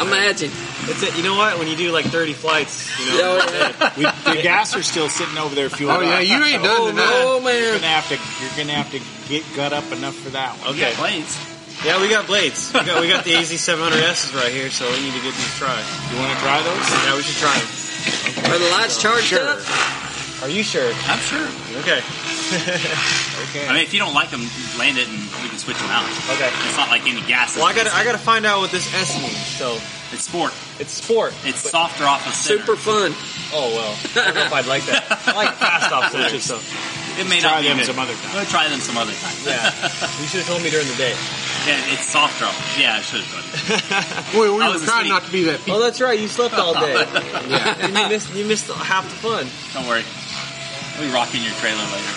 E: Imagine.
A: It's it. You know what? When you do like 30 flights, you know.
E: Yeah,
A: that's
E: yeah.
A: it.
D: We, the gas are still sitting over there fueling.
C: oh yeah,
D: up,
C: you ain't
D: so
C: done tonight.
E: Oh
D: You're
E: man.
D: gonna have to. You're gonna have to get gut up enough for that one.
B: Okay. Yeah, planes.
A: Yeah, we got blades. We got, we got the AZ700S's right here, so we need to give these a try.
D: You want to try those?
A: Yeah, we should try them.
E: Are the lights charged up?
A: Are you sure?
B: I'm sure.
A: Okay.
B: I mean, if you don't like them, land it and we can switch them out.
A: Okay.
B: It's not like any gas.
A: Well, I gotta I gotta find out what this S means. So
B: It's sport.
A: it's sport.
B: It's softer off of center.
E: Super fun.
A: Oh well. I don't know if I'd like that. I like fast off center. So
B: It may
D: Try
B: not be
D: them
B: good.
D: some other time.
B: We'll try them some other time.
A: yeah, you should have told me during the day.
B: Yeah, it's soft off. Yeah, I should have done it.
C: Boy, we
B: I
C: were
B: was
C: trying
B: asleep.
C: not to be that.
A: Oh, that's right. You slept all day.
C: Yeah.
A: And you missed you missed half the fun.
B: Don't worry. We'll be rocking your trailer later.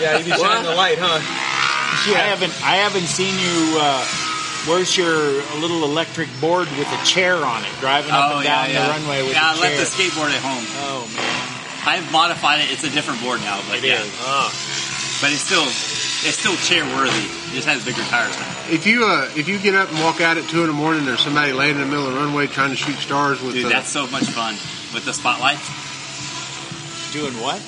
A: Yeah, you'd be shining the light, huh?
D: I haven't. I haven't seen you. Uh, where's your little electric board Oh, with a chair on it, driving up and down the runway
B: Oh,
D: with
B: yeah,
D: a
B: I left
D: chair?
B: the skateboard at home.
D: Oh man.
B: I've modified it. It's a different board now, but yeah,
D: Ah.
B: but it's still it's still chair worthy. It just has bigger tires now.
C: If you uh, if you get up and walk out at two in the morning, there's somebody laying in the middle of the runway trying to shoot stars with.
B: Dude,
C: uh,
B: that's so much fun with the spotlight.
D: Doing what?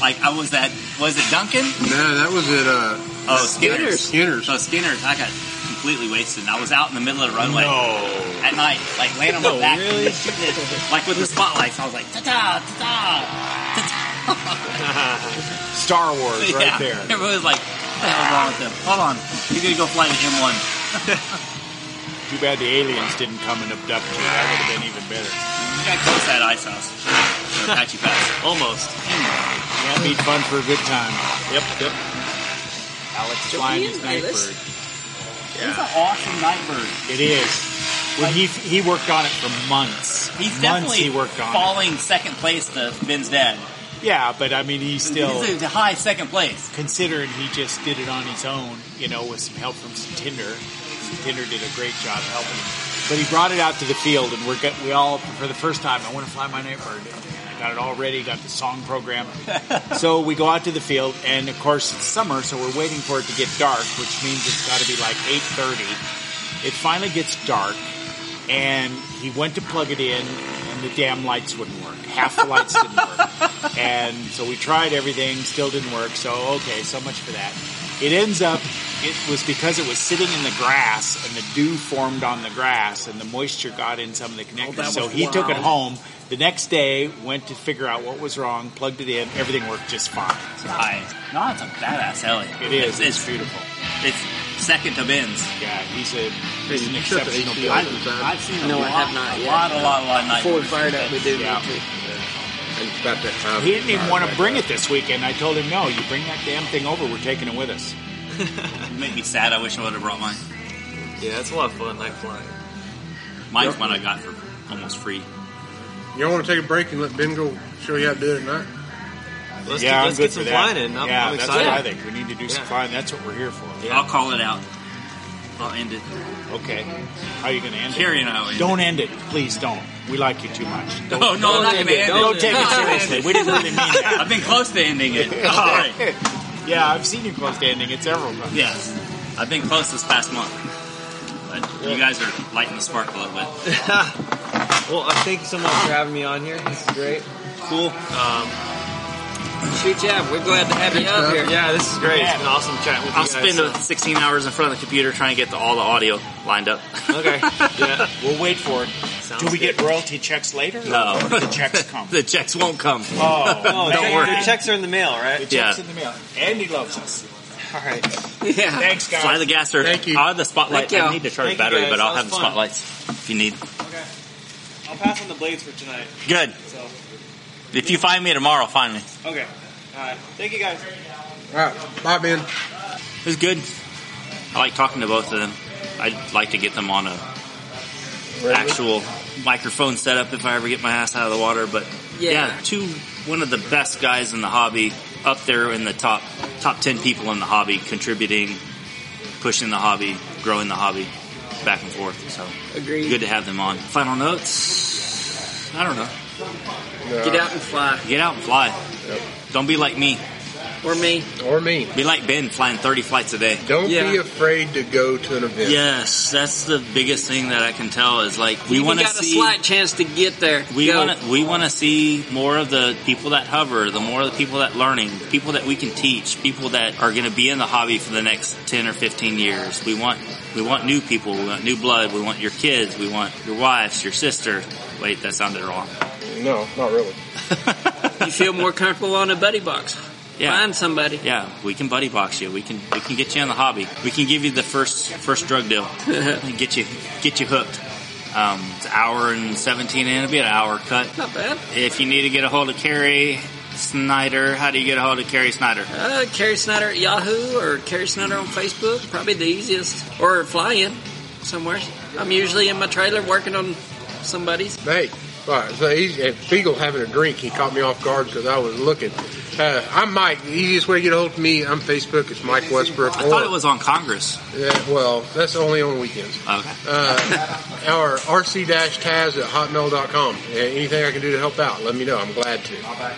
B: Like I was at was it Duncan?
C: no, that was at uh,
B: Oh, Skinner's.
C: Skinner's.
B: So Skinner's, I got completely wasted. I was out in the middle of the runway
D: No.
B: at night, like laying on my
D: No,
B: back,
D: really?
B: like with the spotlights. I was like, ta ta ta ta
D: Star Wars
B: Yeah.
D: right there.
B: Everyone was like, what the hell is wrong with them? Hold on, he's gonna go fly the M1.
D: Too bad the aliens didn't come and abduct you. That would have been even better.
B: We got close to that ice house. Or Apache Pass.
A: Almost.
D: Yeah, be fun for a good time. Yep, yep. Alex flying
E: Ian
D: his
E: Davis.
D: Nightbird.
B: He's an awesome Nightbird.
D: It is. Well, he he worked on it for months.
B: He's
D: months
B: definitely
D: he worked on.
B: falling second place to Ben's dad.
D: it. Yeah, but I mean, he still
B: He's a high second place.
D: considering he just did it on his own. You know, with some help from some Tinder. Some Tinder did a great job helping him. But he brought it out to the field, and we're get, we all for the first time. I want to fly my Nightbird. And I got it all ready. Got the song programmed. so we go out to the field, and of course it's summer, so we're waiting for it to get dark, which means it's got to be like eight thirty. It finally gets dark, and he went to plug it in, and the damn lights wouldn't work. Half the lights didn't work, and so we tried everything, still didn't work. So okay, so much for that. It ends up it was because it was sitting in the grass, and the dew formed on the grass, and the moisture got in some of the connectors.
E: Oh, that
D: so
E: was
D: he took it
E: wild.
D: home. The next day, went to figure out what was wrong, plugged it in, everything worked just fine.
B: High. No, it's a badass heli.
D: It
B: It's,
D: is. It's
B: it's,
D: beautiful.
B: it's second to Ben's.
D: Yeah, he's a he's an
C: you shut the
D: exceptional
C: AC
D: pilot.
C: off.
B: I've, I've seen a
E: No, I
B: lot,
E: have not
B: a
E: yet.
B: lot, a lot, a lot of
E: Before we
B: Nightbirds.
E: fired up, we do
D: Yeah.
E: need to.
C: And it's about that time.
D: He didn't even want to bring it this weekend. I told him, no, you bring that damn thing over. We're taking it with us.
B: You make me sad. I wish I would have brought mine.
A: Yeah, it's a lot of fun, like flying.
B: Mine's one I got for almost free.
C: You all want to take a break and let Ben go show you how to do it at night?
A: Let's,
D: yeah,
A: let's
D: I'm good
A: get some
D: for that.
A: flying in. I'm,
D: yeah,
A: I'm
D: that's
A: excited.
D: what I think. We need to do some
A: Yeah.
D: flying. That's what we're here for.
A: Yeah.
B: I'll call it out. I'll end it.
D: Okay. How are you going to end
B: Carrie and I will
D: it?
B: end
D: Don't end it. Please don't. We like you too much.
B: it. No, no, I'm not going
A: end
B: to
A: it.
B: end it.
D: Don't take it
B: No, I'm not
D: seriously.
B: ending
D: We didn't really mean
B: it.
D: that.
B: I've been close to ending it. Sorry.
D: yeah, I've seen you close to ending it several times.
B: Yes. I've been close this past month. But you guys are lighting the spark a little bit.
A: Well, uh, thank you so much for having me on here. This is great. Cool. Um,
E: Shoot, yeah, we're glad to have you up here.
A: yeah, this is great. It's been awesome chatting with
B: I'll
A: you
B: spend
A: guys.
B: uh, 16 hours in front of the computer trying to get the, all the audio lined up.
A: okay. Yeah.
D: We'll wait for it.
A: Sounds
D: Do we
A: good.
D: get royalty checks later? or
B: No.
D: when The checks come.
B: the checks won't come.
D: Oh,
A: Oh,
B: Don't
A: check-
B: worry.
A: Your checks are in the mail,
D: The
A: right?
D: checks
B: Yeah.
D: in the mail. Andy loves us.
A: All right.
E: Yeah.
D: Thanks, guys.
B: Fly the gasser.
C: Thank you.
B: I'll have the spotlight.
E: Thank you.
B: I need to charge
A: Thank
B: the
A: you,
B: battery,
A: guys.
B: but I'll
A: That
B: have the
A: was fun.
B: spotlights if you need.
A: Okay. I'll pass on the blades for tonight.
B: Good.
A: So,
B: If you find me tomorrow, find me.
A: okay. All right. Thank you guys.
C: All right, bye, Ben.
B: It was good. I like talking to both of them. I'd like to get them on a actual microphone setup if I ever get my ass out of the water. But
E: Yeah.
B: yeah. two one of the best guys in the hobby, up there in the top top ten people in the hobby, contributing, pushing the hobby, growing the hobby, back and forth. So
E: Agreed.
B: good to have them on. Final notes. I don't know.
E: Get out and fly.
B: Get out and fly. Don't be like me.
E: Or me.
C: Or me.
B: Be like Ben, flying thirty flights a day.
C: Don't be
E: Yeah.
C: afraid to go to an event.
B: Yes, that's the biggest thing that I can tell is like we
E: You
B: want to
E: got
B: see
E: a slight chance to get there.
B: we
E: Go.
B: want to we want to see more of the people that hover, the more of the people that learning, people that we can teach, people that are going to be in the hobby for the next 10 or 15 years. We want we want new people, we want new blood, we want your kids, we want your wives, your sister. Wait, that sounded wrong.
C: No, not really.
E: You feel more comfortable on a buddy box.
B: Yeah.
E: Find somebody.
B: Yeah, we can buddy box you. We can we can get you in the hobby. We can give you the first first drug deal. And get you get you hooked. Um, it's an hour and seventeen in. It'll be an hour cut.
E: Not bad.
B: If you need to get a hold of Carrie Snyder, how do you get a hold of Carrie Snyder?
E: Uh, Carrie Snyder at Yahoo or Carrie Snyder on Facebook, probably the easiest. Or fly in somewhere. I'm usually in my trailer working on somebody's.
C: Hey, All right, so he's and Fiegel having a drink. He caught me off guard because I was looking. Uh, I'm Mike. The easiest way to get a hold of me, I'm Facebook. It's Mike Westbrook.
B: I thought
C: or-
B: it was on Congress.
C: Yeah, well, that's only on weekends.
B: Okay.
C: Uh, or rc-taz at hotmail.com. Uh, Anything I can do to help out, let me know. I'm glad to.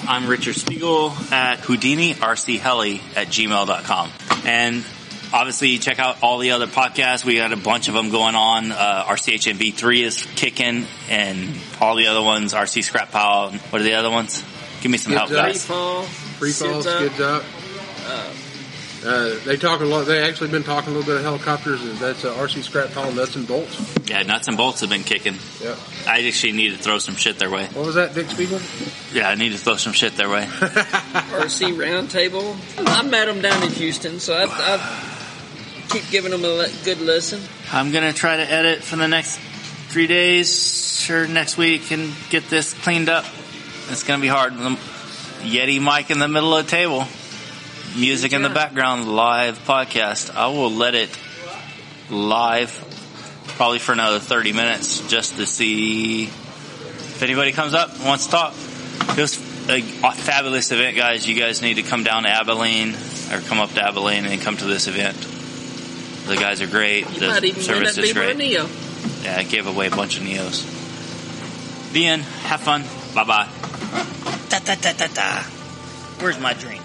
B: I'm Richard Spiegel at Houdini, rcheli at gmail.com. And obviously check out all the other podcasts. We got a bunch of them going on. Uh, RCHMB3 is kicking and all the other ones, RC Scrap Pile. and What are the other ones? Give me some help,
C: Skid Up.
E: Free
B: guys.
E: fall.
C: Free
E: Sid's
C: falls,
E: up.
C: skids up. Uh, they talk a lot. They actually been talking a little bit of helicopters, and that's uh, RC Scrap Pile Nuts and Bolts.
B: Yeah, Nuts and Bolts have been kicking.
C: Yeah.
B: I actually need to throw some shit their way.
C: What was that, Dick Spiegel?
B: Yeah, I need to throw some shit their way.
E: RC Roundtable. I met them down in Houston, so I, I keep giving them a le- good listen.
B: I'm gonna try to edit for the next three days or next week and get this cleaned up. It's gonna be hard. The Yeti mic in the middle of the table, music in the background, live podcast. I will let it live probably for another 30 minutes just to see if anybody comes up and wants to talk. It was a fabulous event, guys. You guys need to come down to Abilene or come up to Abilene and come to this event. The guys are great.
E: You
B: the
E: might even win
B: service
E: that
B: is
E: Libra
B: great.
E: Neo.
B: Yeah, I gave away a bunch of Neos. The end. Have fun. Bye bye. Da da da da da. Where's my drink?